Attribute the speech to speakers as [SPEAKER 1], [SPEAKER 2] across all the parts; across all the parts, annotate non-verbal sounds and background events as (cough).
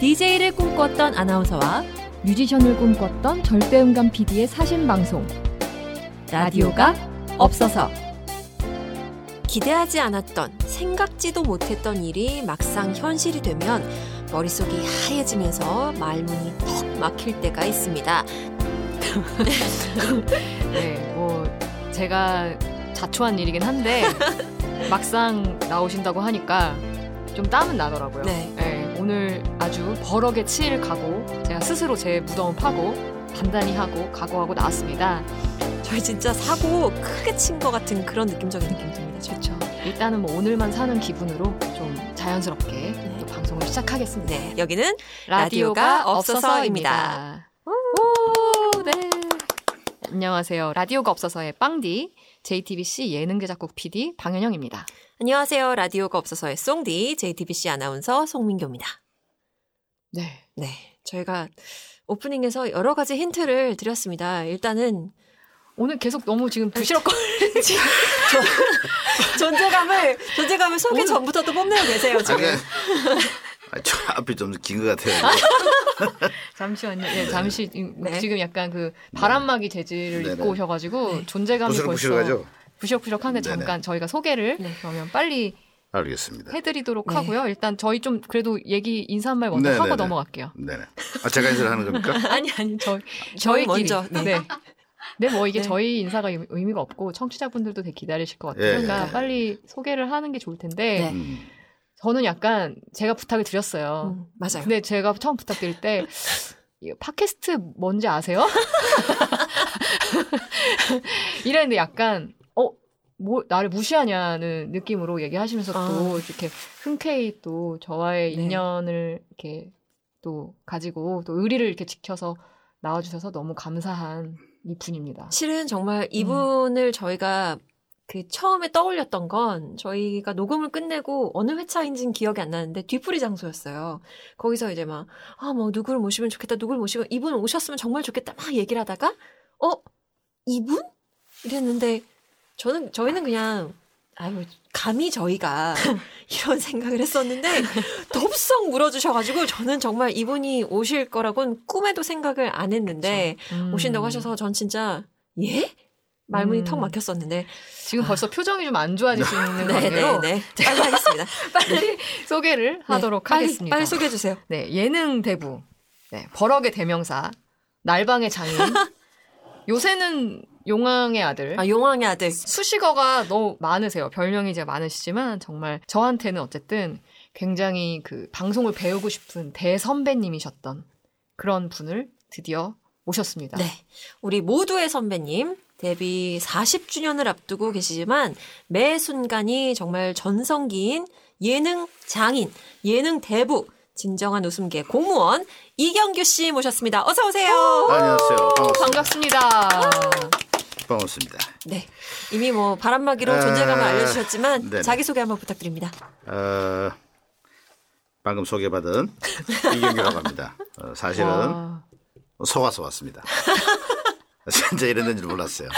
[SPEAKER 1] DJ를 꿈꿨던 아나운서와
[SPEAKER 2] 뮤지션을 꿈꿨던 절대음감 PD의 사신 방송.
[SPEAKER 1] 라디오가 없어서 기대하지 않았던 생각지도 못했던 일이 막상 현실이 되면 머릿속이 하얘지면서 말문이 턱 막힐 때가 있습니다.
[SPEAKER 3] 네, 뭐 제가 자초한 일이긴
[SPEAKER 2] (laughs)
[SPEAKER 3] 한데 막상 나오신다고 하니까 좀 땀은 나더라고요.
[SPEAKER 1] 네.
[SPEAKER 3] 오늘 아주 버럭에 치일 각오, 제가 스스로 제 무덤 파고 단단히 하고 각오하고 나왔습니다.
[SPEAKER 1] 저희 진짜 사고 크게 친 것 같은 그런 느낌적인 느낌이 듭니다. 저-
[SPEAKER 3] 그렇죠. 일단은 뭐 오늘만 사는 기분으로 좀 자연스럽게
[SPEAKER 2] 네.
[SPEAKER 3] 또 방송을 시작하겠습니다.
[SPEAKER 1] 네, 여기는
[SPEAKER 3] 라디오가
[SPEAKER 1] 라디오가 없어서입니다.
[SPEAKER 3] 없어서입니다. 오, 네. 안녕하세요. 라디오가 없어서의 빵디 JTBC 예능 제작국 PD 방현영입니다.
[SPEAKER 1] 안녕하세요. 라디오가 없어서의 송디 JTBC 아나운서 송민교입니다.
[SPEAKER 3] 네.
[SPEAKER 1] 네, 저희가 오프닝에서 여러 가지 힌트를 드렸습니다. 일단은
[SPEAKER 3] 오늘 계속 너무 지금 부시럭거리는 지금
[SPEAKER 1] 존재감을 존재감을 소개 전부터 또 뽐내고 계세요
[SPEAKER 4] 아,
[SPEAKER 1] 지금.
[SPEAKER 3] 네.
[SPEAKER 4] 그, 아, 저 앞이 좀 긴 것 같아요.
[SPEAKER 3] (laughs) 잠시만요. 예, 잠시 이-
[SPEAKER 1] 네.
[SPEAKER 3] 지금 약간 그 바람막이 재질을
[SPEAKER 4] 네네.
[SPEAKER 3] 입고 오셔가지고 존재감이 벌써
[SPEAKER 4] 부스럭부스럭하죠?
[SPEAKER 3] 부시럭부시럭한데
[SPEAKER 4] 네네.
[SPEAKER 3] 잠깐 저희가 소개를
[SPEAKER 1] 네.
[SPEAKER 3] 그러면 빨리
[SPEAKER 4] 알겠습니다.
[SPEAKER 3] 해드리도록
[SPEAKER 1] 네.
[SPEAKER 3] 하고요. 일단 저희 좀 그래도 얘기 인사 한 말 먼저
[SPEAKER 4] 네네네.
[SPEAKER 3] 하고 넘어갈게요.
[SPEAKER 4] 네네. 아, 제가 인사를 하는 겁니까?
[SPEAKER 1] 아니 아니
[SPEAKER 3] 저희
[SPEAKER 1] 저희
[SPEAKER 3] 저희끼리.
[SPEAKER 1] 먼저, 네.
[SPEAKER 3] 네. 네. 뭐 이게
[SPEAKER 1] 네.
[SPEAKER 3] 저희 인사가 의- 의미가 없고 청취자분들도 되게 기다리실 것 같아요.
[SPEAKER 4] 예,
[SPEAKER 3] 그러니까
[SPEAKER 4] 예.
[SPEAKER 3] 빨리 소개를 하는 게 좋을 텐데
[SPEAKER 1] 네.
[SPEAKER 4] 음.
[SPEAKER 3] 저는 약간 제가 부탁을 드렸어요.
[SPEAKER 1] 음, 맞아요.
[SPEAKER 3] 근데 제가 처음
[SPEAKER 1] (laughs)
[SPEAKER 3] 부탁드릴 때 이 팟캐스트 뭔지 아세요? (laughs) 이랬는데 약간 어? 뭐 나를 무시하냐는 느낌으로 얘기하시면서 또 이렇게 흔쾌히 또 저와의
[SPEAKER 1] 아. 네.
[SPEAKER 3] 인연을 이렇게 또 가지고 또 의리를 이렇게 지켜서 나와주셔서 너무 감사한 이분입니다. 음.
[SPEAKER 1] 실은 정말 이분을 저희가 그 처음에 떠올렸던 건 저희가 녹음을 끝내고 어느 회차인지는 기억이 안 나는데 뒤풀이 장소였어요. 거기서 이제 막, 아, 뭐, 누구를 모시면 좋겠다, 누구를 모시면, 이분 오셨으면 정말 좋겠다, 막 얘기를 하다가, 어? 이분? 이랬는데, 저는, 저희는 그냥, 아유, 감히 저희가 (laughs) 이런 생각을
[SPEAKER 3] (laughs)
[SPEAKER 1] 했었는데, 덥석 물어주셔가지고, 저는 정말 이분이 오실 거라고는 꿈에도 생각을 안 했는데,
[SPEAKER 3] 음.
[SPEAKER 1] 오신다고 하셔서 전 진짜 예? 말문이
[SPEAKER 3] 음.
[SPEAKER 1] 턱 막혔었는데
[SPEAKER 3] 지금 벌써 표정이 좀 안 좋아지시는 관계로
[SPEAKER 1] 아. (laughs) 네네네 (laughs) 빨리 하겠습니다
[SPEAKER 3] (laughs)
[SPEAKER 1] 네,
[SPEAKER 3] 빨리 소개를 하도록
[SPEAKER 1] 빨리,
[SPEAKER 3] 하겠습니다.
[SPEAKER 1] 빨리 소개해 주세요
[SPEAKER 3] 네, 예능 대부. 네, 버럭의 대명사. 날방의 (laughs) 장인. 요새는 용왕의 아들.
[SPEAKER 1] 아 용왕의 아들
[SPEAKER 3] 수식어가 너무 많으세요. 별명이 이제 많으시지만 정말 저한테는 어쨌든 굉장히 그 방송을 배우고 싶은 대선배님이셨던 그런 분을 드디어 모셨습니다.
[SPEAKER 1] 네 우리 모두의 선배님 데뷔 40주년을 앞두고 계시지만 매 순간이 정말 전성기인 예능 장인 예능 대부 진정한 웃음계 공무원 이경규 씨 모셨습니다 어서 오세요
[SPEAKER 4] 아, 안녕하세요. 반갑습니다.
[SPEAKER 3] 반갑습니다.
[SPEAKER 4] 반갑습니다.
[SPEAKER 1] 네 이미 뭐 바람막이로
[SPEAKER 4] 아,
[SPEAKER 1] 존재감을 알려주셨지만
[SPEAKER 4] 네네.
[SPEAKER 1] 자기 소개 한번 부탁드립니다
[SPEAKER 4] 어, 방금 소개받은 이경규라고 합니다. 어, 사실은
[SPEAKER 3] 와, (laughs)
[SPEAKER 4] 속아서 왔습니다. 진짜 이랬는 줄 몰랐어요.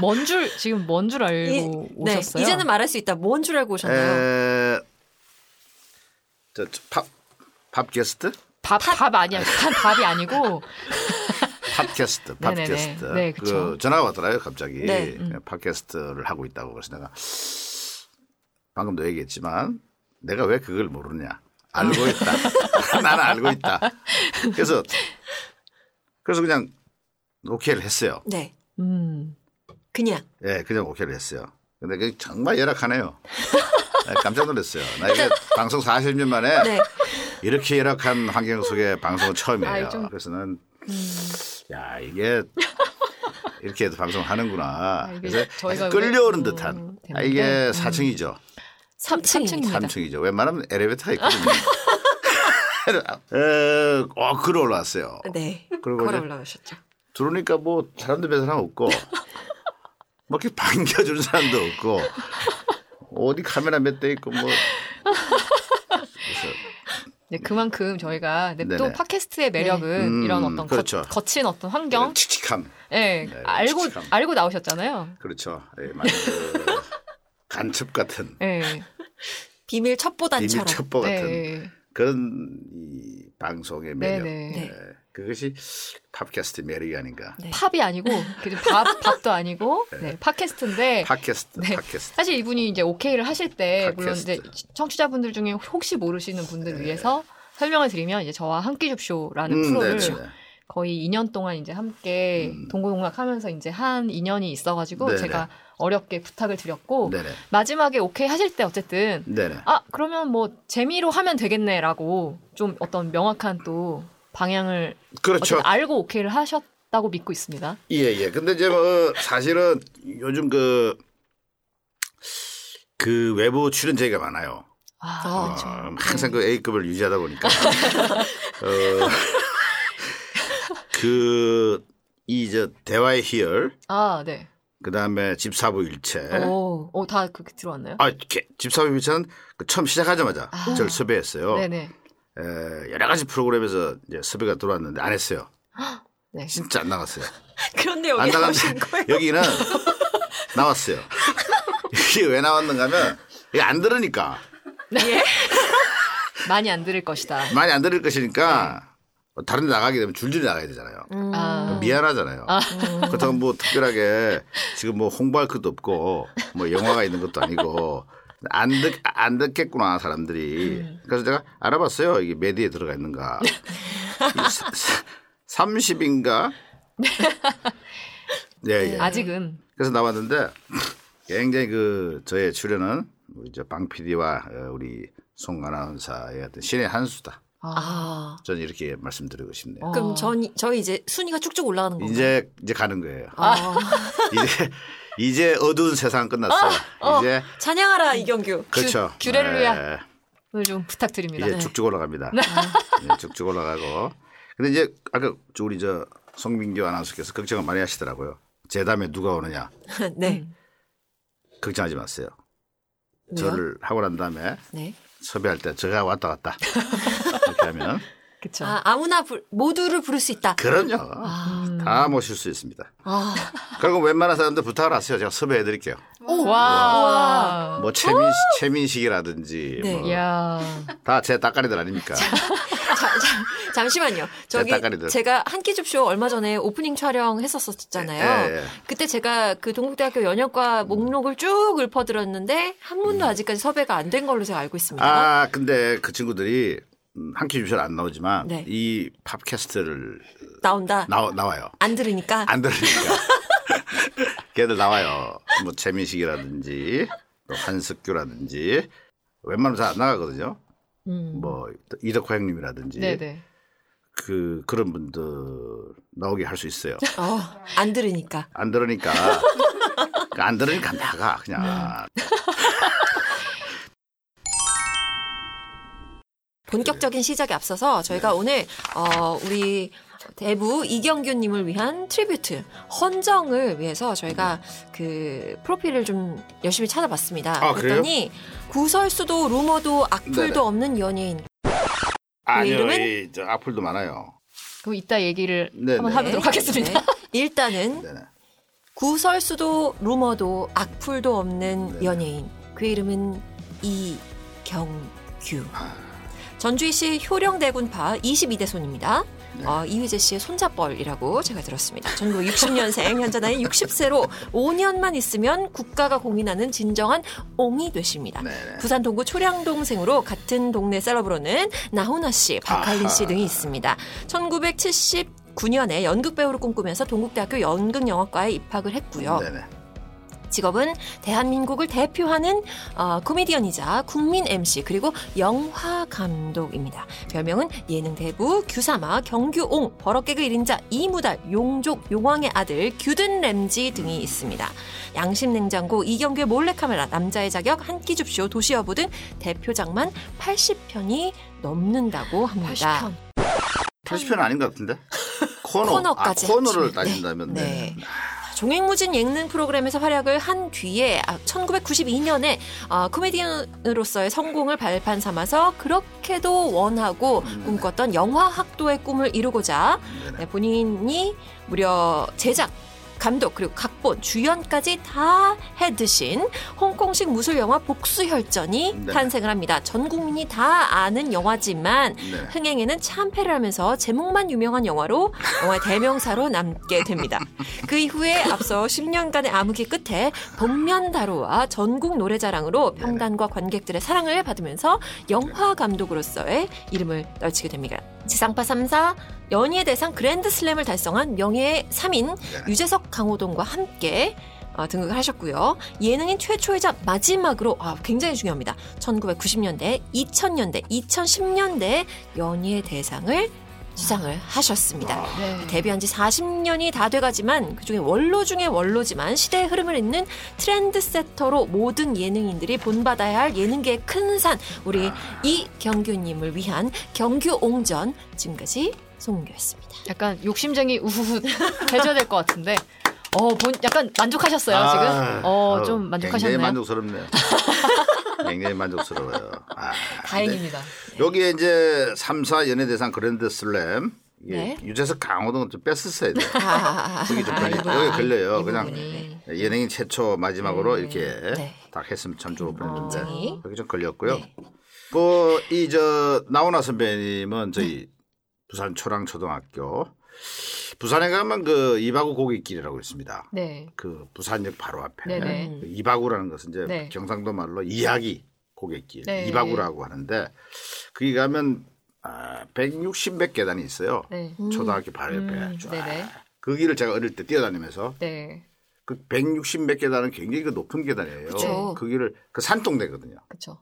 [SPEAKER 3] 뭔 줄, 지금 뭔 줄 알고 오셨어요?
[SPEAKER 1] 네, 이제는 말할 수 있다. 뭔 줄
[SPEAKER 3] 아,
[SPEAKER 1] 알고 오셨나요?
[SPEAKER 4] 에, 저, 저 팝, 팝 게스트?
[SPEAKER 3] 밥, 밥 아니야. 밥, 밥이 아니고
[SPEAKER 4] 팟캐스트,
[SPEAKER 3] (laughs) 네네네.
[SPEAKER 4] 팟캐스트.
[SPEAKER 3] 네, 그쵸. 음.
[SPEAKER 4] 그 전화가 왔더라고요, 갑자기.
[SPEAKER 1] 네,
[SPEAKER 4] 팟캐스트를 하고 있다고. 그래서 내가 방금도 얘기했지만 내가 왜 그걸 모르냐. 알고
[SPEAKER 3] (laughs)
[SPEAKER 4] 있다. (laughs) 나는 알고 있다. 그래서 그래서 그냥 오케이를 했어요.
[SPEAKER 1] 네.
[SPEAKER 3] 음,
[SPEAKER 1] 그냥.
[SPEAKER 4] 예, 그냥 오케이를 했어요. 근데 그게 정말 열악하네요. 네, 깜짝 놀랐어요. 나 이게
[SPEAKER 3] 그러니까
[SPEAKER 4] 방송 40년 만에
[SPEAKER 1] 네.
[SPEAKER 4] 이렇게 열악한 환경 속에 방송은 처음이에요.
[SPEAKER 3] 아이, 좀- 음.
[SPEAKER 4] 그래서 는 야, 이게 이렇게 해서 방송하는구나.
[SPEAKER 3] 아, 이게
[SPEAKER 4] 그래서
[SPEAKER 3] 저희가
[SPEAKER 4] 약간 끌려오는
[SPEAKER 3] 왜-
[SPEAKER 4] 듯한.
[SPEAKER 3] 음,
[SPEAKER 4] 아, 이게
[SPEAKER 3] 됐는데.
[SPEAKER 4] 4층이죠.
[SPEAKER 1] 3층입니다.
[SPEAKER 3] 삼층입니다.
[SPEAKER 4] 삼 3층이죠. 웬만하면 엘리베이터가
[SPEAKER 3] (laughs)
[SPEAKER 4] 있거든요. (laughs) 에, 어, 걸어 올라왔어요.
[SPEAKER 1] 네.
[SPEAKER 4] 그리고
[SPEAKER 1] 걸어
[SPEAKER 4] 이제
[SPEAKER 1] 올라오셨죠.
[SPEAKER 4] 들어오니까 뭐 사람도 몇
[SPEAKER 3] (laughs)
[SPEAKER 4] 사람 없고 뭐 이렇게 반겨주는 사람도 없고 어디 카메라 몇 대
[SPEAKER 3] (laughs)
[SPEAKER 4] 있고 뭐
[SPEAKER 3] 네, 그만큼 저희가 근데 또
[SPEAKER 4] 네네.
[SPEAKER 3] 팟캐스트의 매력은
[SPEAKER 4] 음,
[SPEAKER 3] 이런 어떤
[SPEAKER 4] 그렇죠.
[SPEAKER 3] 거, 친 어떤 환경,
[SPEAKER 4] 칙칙함.
[SPEAKER 3] 예,
[SPEAKER 4] 네,
[SPEAKER 3] 알고
[SPEAKER 4] 칙칙함.
[SPEAKER 3] 알고 나오셨잖아요.
[SPEAKER 4] 그렇죠. 예, 많이
[SPEAKER 3] (laughs)
[SPEAKER 4] 그 간첩 같은
[SPEAKER 3] 예,
[SPEAKER 1] 비밀 첩보단처럼.
[SPEAKER 4] 비밀 첩보 같은
[SPEAKER 3] 예,
[SPEAKER 4] 그런 이 방송의 매력
[SPEAKER 3] 네네.
[SPEAKER 1] 네.
[SPEAKER 4] 예, 그것이 팝캐스트 매력이 아닌가.
[SPEAKER 1] 네.
[SPEAKER 3] 팝이 아니고 그냥
[SPEAKER 4] (laughs)
[SPEAKER 3] 밥 밥도 아니고 네, 팟캐스트인데
[SPEAKER 4] 팟캐스트,
[SPEAKER 3] 네.
[SPEAKER 4] 팟캐스트.
[SPEAKER 3] 사실 이분이 이제 오케이를 하실 때 물론 이제
[SPEAKER 4] 팟캐스트. 네.
[SPEAKER 3] 청취자분들 중에 혹시 모르시는 분들 을 위해서 설명을 드리면 이제 저와 한 끼 줍쇼라는 프로를
[SPEAKER 4] 음, 네네.
[SPEAKER 3] 거의 2년 동안 이제 함께
[SPEAKER 4] 음.
[SPEAKER 3] 동고동락하면서 이제 한 인연이 있어가지고
[SPEAKER 4] 네네.
[SPEAKER 3] 제가 어렵게 부탁을 드렸고
[SPEAKER 4] 네네.
[SPEAKER 3] 마지막에 오케이 하실 때 어쨌든
[SPEAKER 4] 네네.
[SPEAKER 3] 아 그러면 뭐 재미로 하면 되겠네라고 좀 어떤 명확한 또 방향을
[SPEAKER 4] 그렇죠.
[SPEAKER 3] 어쨌든 아- 알고 오케이를 하셨다고 믿고 있습니다.
[SPEAKER 4] 예, 예. 근데 이제 뭐 사실은 요즘 그, 그 외부 출연제가 많아요.
[SPEAKER 3] 아,
[SPEAKER 1] 아,
[SPEAKER 3] 그렇죠.
[SPEAKER 4] 어, 항상 그 A급을
[SPEAKER 1] (laughs)
[SPEAKER 4] 유지하다 보니까. 어, 그, 이, 저, 대화의 희열,
[SPEAKER 3] 아 네. 어,
[SPEAKER 4] 그 다음에 집사부 일체.
[SPEAKER 1] 오.
[SPEAKER 3] 오다 그렇게 들어왔나요?
[SPEAKER 4] 아, 이렇게 집사부 일체는 그 처음 시작하자마자
[SPEAKER 3] 아.
[SPEAKER 4] 저를 섭외했어요.
[SPEAKER 3] 네네.
[SPEAKER 4] 에, 여러 가지 프로그램에서 이제 섭외가 들어왔는데 안 했어요.
[SPEAKER 3] 네.
[SPEAKER 4] 진짜 안 나갔어요.
[SPEAKER 1] 그런데
[SPEAKER 4] 안
[SPEAKER 1] (laughs) 여기 나오신
[SPEAKER 4] (laughs) 나갔는데
[SPEAKER 1] 거예요?
[SPEAKER 4] 여기는 나왔어요. 이게 왜 나왔는가 하면 이게 안 들으니까
[SPEAKER 1] 예?
[SPEAKER 3] 많이 안 들을 것이다. 아,
[SPEAKER 4] 많이 안 들을 것이니까 다른 데 나가게 되면 줄줄이 나가야 되잖아요.
[SPEAKER 1] 네. 음.
[SPEAKER 3] 아.
[SPEAKER 4] 미안하잖아요. 그렇다고 뭐 특별하게 지금 뭐 홍보할 것도 없고 뭐 영화가 있는 것도 아니고 안, 듣, 안 듣겠구나
[SPEAKER 3] 음.
[SPEAKER 4] 사람들이. 그래서 제가 알아봤어요. 이게 메디에 들어가 있는가.
[SPEAKER 3] (laughs)
[SPEAKER 4] 30인가? 예,
[SPEAKER 3] 네.
[SPEAKER 4] 예.
[SPEAKER 3] 아직은
[SPEAKER 4] 그래서 나왔는데 굉장히 그 저의 출연은 우리 저방 PD와 어, 우리 송 아나운서의 어떤 신의 한 수다.
[SPEAKER 3] 아,
[SPEAKER 1] 아.
[SPEAKER 4] 저는 이렇게 말씀드리고 싶네요.
[SPEAKER 3] 어.
[SPEAKER 1] 그럼 전, 저희 이제 순위가 쭉쭉 올라가는 건가요?
[SPEAKER 4] 이제 이제 가는 거예요.
[SPEAKER 1] 아. (laughs)
[SPEAKER 4] 이제 이제 어두운 세상 끝났어요.
[SPEAKER 1] 어.
[SPEAKER 4] 이제
[SPEAKER 1] 찬양하라 이경규. (laughs)
[SPEAKER 4] 그렇죠.
[SPEAKER 3] 규- 규레르야.
[SPEAKER 4] 예,
[SPEAKER 3] 오늘 좀 부탁드립니다. 네.
[SPEAKER 4] 이제 쭉쭉 올라갑니다.
[SPEAKER 1] 네.
[SPEAKER 4] 예, 쭉쭉 올라가고. 근데 이제 아까 저 우리 저 송민규 아나운서께서 걱정을 많이 하시더라고요. 제 다음에 누가 오느냐
[SPEAKER 1] 네.
[SPEAKER 4] 걱정하지 마세요.
[SPEAKER 1] 왜요?
[SPEAKER 4] 음. 저를 하고 난 다음에
[SPEAKER 1] 네.
[SPEAKER 4] 섭외할 때 제가 왔다 갔다 이렇게 하면
[SPEAKER 3] 그렇죠.
[SPEAKER 1] 아, 아무나 불- 모두를 부를 수 있다.
[SPEAKER 4] 그럼요
[SPEAKER 1] 아.
[SPEAKER 3] 아.
[SPEAKER 4] 다 모실 수 있습니다. 그리고 웬만한 사람들 부탁을 하세요. 제가 섭외해 드릴게요.
[SPEAKER 3] 와. 와.
[SPEAKER 4] 뭐 최민 최민식이라든지
[SPEAKER 1] 네.
[SPEAKER 3] 야.
[SPEAKER 4] 뭐, 뭐다제 따까리들 아닙니까?
[SPEAKER 1] (laughs) 자, 자, 잠시만요. 저기
[SPEAKER 4] 닭다리들.
[SPEAKER 1] 제가 한끼 줍쇼 얼마 전에 오프닝 촬영했었었잖아요.
[SPEAKER 4] 예, 예.
[SPEAKER 1] 그때 제가 그 동국대학교 연역과 목록을 쭉 읊어들었는데 한 분도 아직까지 섭외가 안 된 걸로 제가 알고 있습니다. 어,
[SPEAKER 4] 아 근데 그 친구들이 음, 한키 주셜 안 나오지만
[SPEAKER 1] 네.
[SPEAKER 4] 이 팝캐스트를
[SPEAKER 1] 나온다.
[SPEAKER 4] 나와 아. 요
[SPEAKER 1] 안 들으니까.
[SPEAKER 4] 안 들으니까 (laughs) 걔들 나와요. 뭐 최민식이라든지 또 한석규라든지 웬만하면 다 안 나가거든요. 뭐 예. 이덕화
[SPEAKER 3] 음.
[SPEAKER 4] 형님이라든지
[SPEAKER 3] 네네.
[SPEAKER 4] 그 그런 분들 나오게 할 수 있어요.
[SPEAKER 1] 어, 안 들으니까.
[SPEAKER 4] 안 들으니까 그러니까 안 들으니까 나가 그냥.
[SPEAKER 1] 네. 본격적인 시작에 앞서서 저희가 오늘 어, 우리 대부 이경규님을 위한 트리뷰트 헌정을 위해서 저희가 그 프로필을 좀 열심히 찾아봤습니다.
[SPEAKER 4] 아, 그래요?
[SPEAKER 1] 그랬더니 구설수도 루머도 악플도
[SPEAKER 4] 네네.
[SPEAKER 1] 없는 연예인.
[SPEAKER 4] 아니요,
[SPEAKER 1] 그 이름은?
[SPEAKER 4] 이, 저 악플도 많아요.
[SPEAKER 3] 그럼 이따 얘기를
[SPEAKER 4] 네네.
[SPEAKER 3] 한번 해보도록 하겠습니다.
[SPEAKER 1] 네. 일단은
[SPEAKER 4] 네네.
[SPEAKER 1] 구설수도 루머도 악플도 없는
[SPEAKER 4] 네네.
[SPEAKER 1] 연예인. 그 이름은 이경규.
[SPEAKER 4] 아.
[SPEAKER 1] 전주희씨 효령대군파 22대손입니다.
[SPEAKER 4] 네.
[SPEAKER 1] 어, 이휘재 씨의 손자뻘이라고 제가 들었습니다. 전국 60년생, 현재 나이 60세로 5년만 있으면 국가가 공인하는 진정한 옹이 되십니다.
[SPEAKER 4] 네네.
[SPEAKER 1] 부산 동구 초량동생으로 같은 동네 셀럽으로는 나훈아 씨, 박할린 씨
[SPEAKER 4] 아하.
[SPEAKER 1] 등이 있습니다. 1979년에 연극 배우를 꿈꾸면서 동국대학교 연극영화과에 입학을 했고요.
[SPEAKER 4] 네네.
[SPEAKER 1] 직업은 대한민국을 대표하는 어, 코미디언이자 국민 MC 그리고 영화 감독입니다. 별명은 예능 대부 규사마 경규옹 버럭개그 1인자 이무달 용족 용왕의 아들 규든 램지 등이 있습니다. 양심 냉장고 이경규의 몰래카메라 남자의 자격 한끼 줍쇼 도시여부 등 대표작만 80편이 넘는다고 합니다.
[SPEAKER 3] 80편.
[SPEAKER 4] 80편 아닌 것
[SPEAKER 3] (laughs)
[SPEAKER 4] 같은데? 코너.
[SPEAKER 1] 코너까지
[SPEAKER 4] 아, 코너를
[SPEAKER 1] 합치면,
[SPEAKER 4] 따진다면.
[SPEAKER 1] 네.
[SPEAKER 4] 네.
[SPEAKER 1] 종횡무진 예능 프로그램에서 활약을 한 뒤에 아, 1992년에 코미디언으로서의 성공을 발판 삼아서 그렇게도 원하고 꿈꿨던 영화 학도의 꿈을 이루고자
[SPEAKER 4] 음. 네네.
[SPEAKER 1] 네, 본인이 무려 제작 감독 그리고 각본 주연까지 다 해드신 홍콩식 무술 영화 복수혈전이
[SPEAKER 4] 네.
[SPEAKER 1] 탄생을 합니다. 전 국민이 다 아는 영화지만
[SPEAKER 4] 네.
[SPEAKER 1] 흥행에는 참패를 하면서 제목만 유명한 영화로 영화의 대명사로 남게 됩니다. 그 이후에 앞서 10년간의 암흑의 끝에 복면다루와 전국 노래자랑으로 평단과 관객들의 사랑을 받으면서 영화 감독으로서의 이름을 떨치게 됩니다. 지상파 3사 연예대상 그랜드슬램을 달성한 명예의 3인
[SPEAKER 4] 네.
[SPEAKER 1] 유재석 강호동과 함께 어, 등극을 하셨고요. 예능인 최초이자 마지막으로 아, 굉장히 중요합니다. 1990년대, 2000년대, 2010년대 연예 대상을 수상을 하셨습니다.
[SPEAKER 4] 아,
[SPEAKER 3] 네.
[SPEAKER 1] 데뷔한 지 40년이 다 돼가지만 그중에 원로 중에 원로지만 시대의 흐름을 잇는 트렌드세터로 모든 예능인들이 본받아야 할 예능계의 큰 산 우리 이경규님을 위한 경규옹전 지금까지 송은규였습니다.
[SPEAKER 3] 약간 욕심쟁이 우후후 해줘야 될 것 같은데. 어, 본 약간 만족하셨어요
[SPEAKER 4] 아,
[SPEAKER 3] 지금? 어,
[SPEAKER 4] 아우,
[SPEAKER 3] 좀 만족하셨나요?
[SPEAKER 4] 굉장히
[SPEAKER 3] (laughs)
[SPEAKER 4] 만족스럽네요. 굉장히 만족스러워요. 아,
[SPEAKER 3] 다행입니다. 네.
[SPEAKER 4] 근데 여기에 이제 3사 연예대상 그랜드슬램 이게
[SPEAKER 1] 네.
[SPEAKER 4] 유재석 강호동 좀 뺐었어요.
[SPEAKER 1] 아,
[SPEAKER 4] 그게 좀
[SPEAKER 3] 아,
[SPEAKER 4] 걸리,
[SPEAKER 3] 이거.
[SPEAKER 4] 여기 걸려요.
[SPEAKER 3] 이
[SPEAKER 4] 예, 그냥
[SPEAKER 3] 부분이.
[SPEAKER 4] 예능인 최초 마지막으로 이렇게
[SPEAKER 1] 네.
[SPEAKER 4] 딱 했으면 참
[SPEAKER 3] 아,
[SPEAKER 4] 좋을 뻔했는데
[SPEAKER 1] 굉장히.
[SPEAKER 4] 여기 좀 걸렸고요. 뭐,
[SPEAKER 1] 네.
[SPEAKER 4] 그이 저 나훈아 선배님은 저희 부산 초량초등학교 부산에 가면 그 이바구 고깃길이라고 있습니다.
[SPEAKER 3] 네.
[SPEAKER 4] 그 부산역 바로 앞에
[SPEAKER 3] 네네.
[SPEAKER 4] 그 이바구라는 것은 이제
[SPEAKER 3] 네.
[SPEAKER 4] 경상도 말로 이야기 고객길
[SPEAKER 3] 네.
[SPEAKER 4] 이바구라고 하는데 거기 가면 아, 160몇 계단이 있어요.
[SPEAKER 3] 네.
[SPEAKER 4] 초등학교 바로 옆에
[SPEAKER 3] 음,
[SPEAKER 4] 쫙.
[SPEAKER 3] 네네.
[SPEAKER 4] 그 길을 제가 어릴 때 뛰어다니면서
[SPEAKER 3] 네.
[SPEAKER 4] 그 160몇 계단은 굉장히 그 높은 계단이에요.
[SPEAKER 1] 그쵸.
[SPEAKER 4] 그 길을 그 산동네거든요.
[SPEAKER 3] 그렇죠.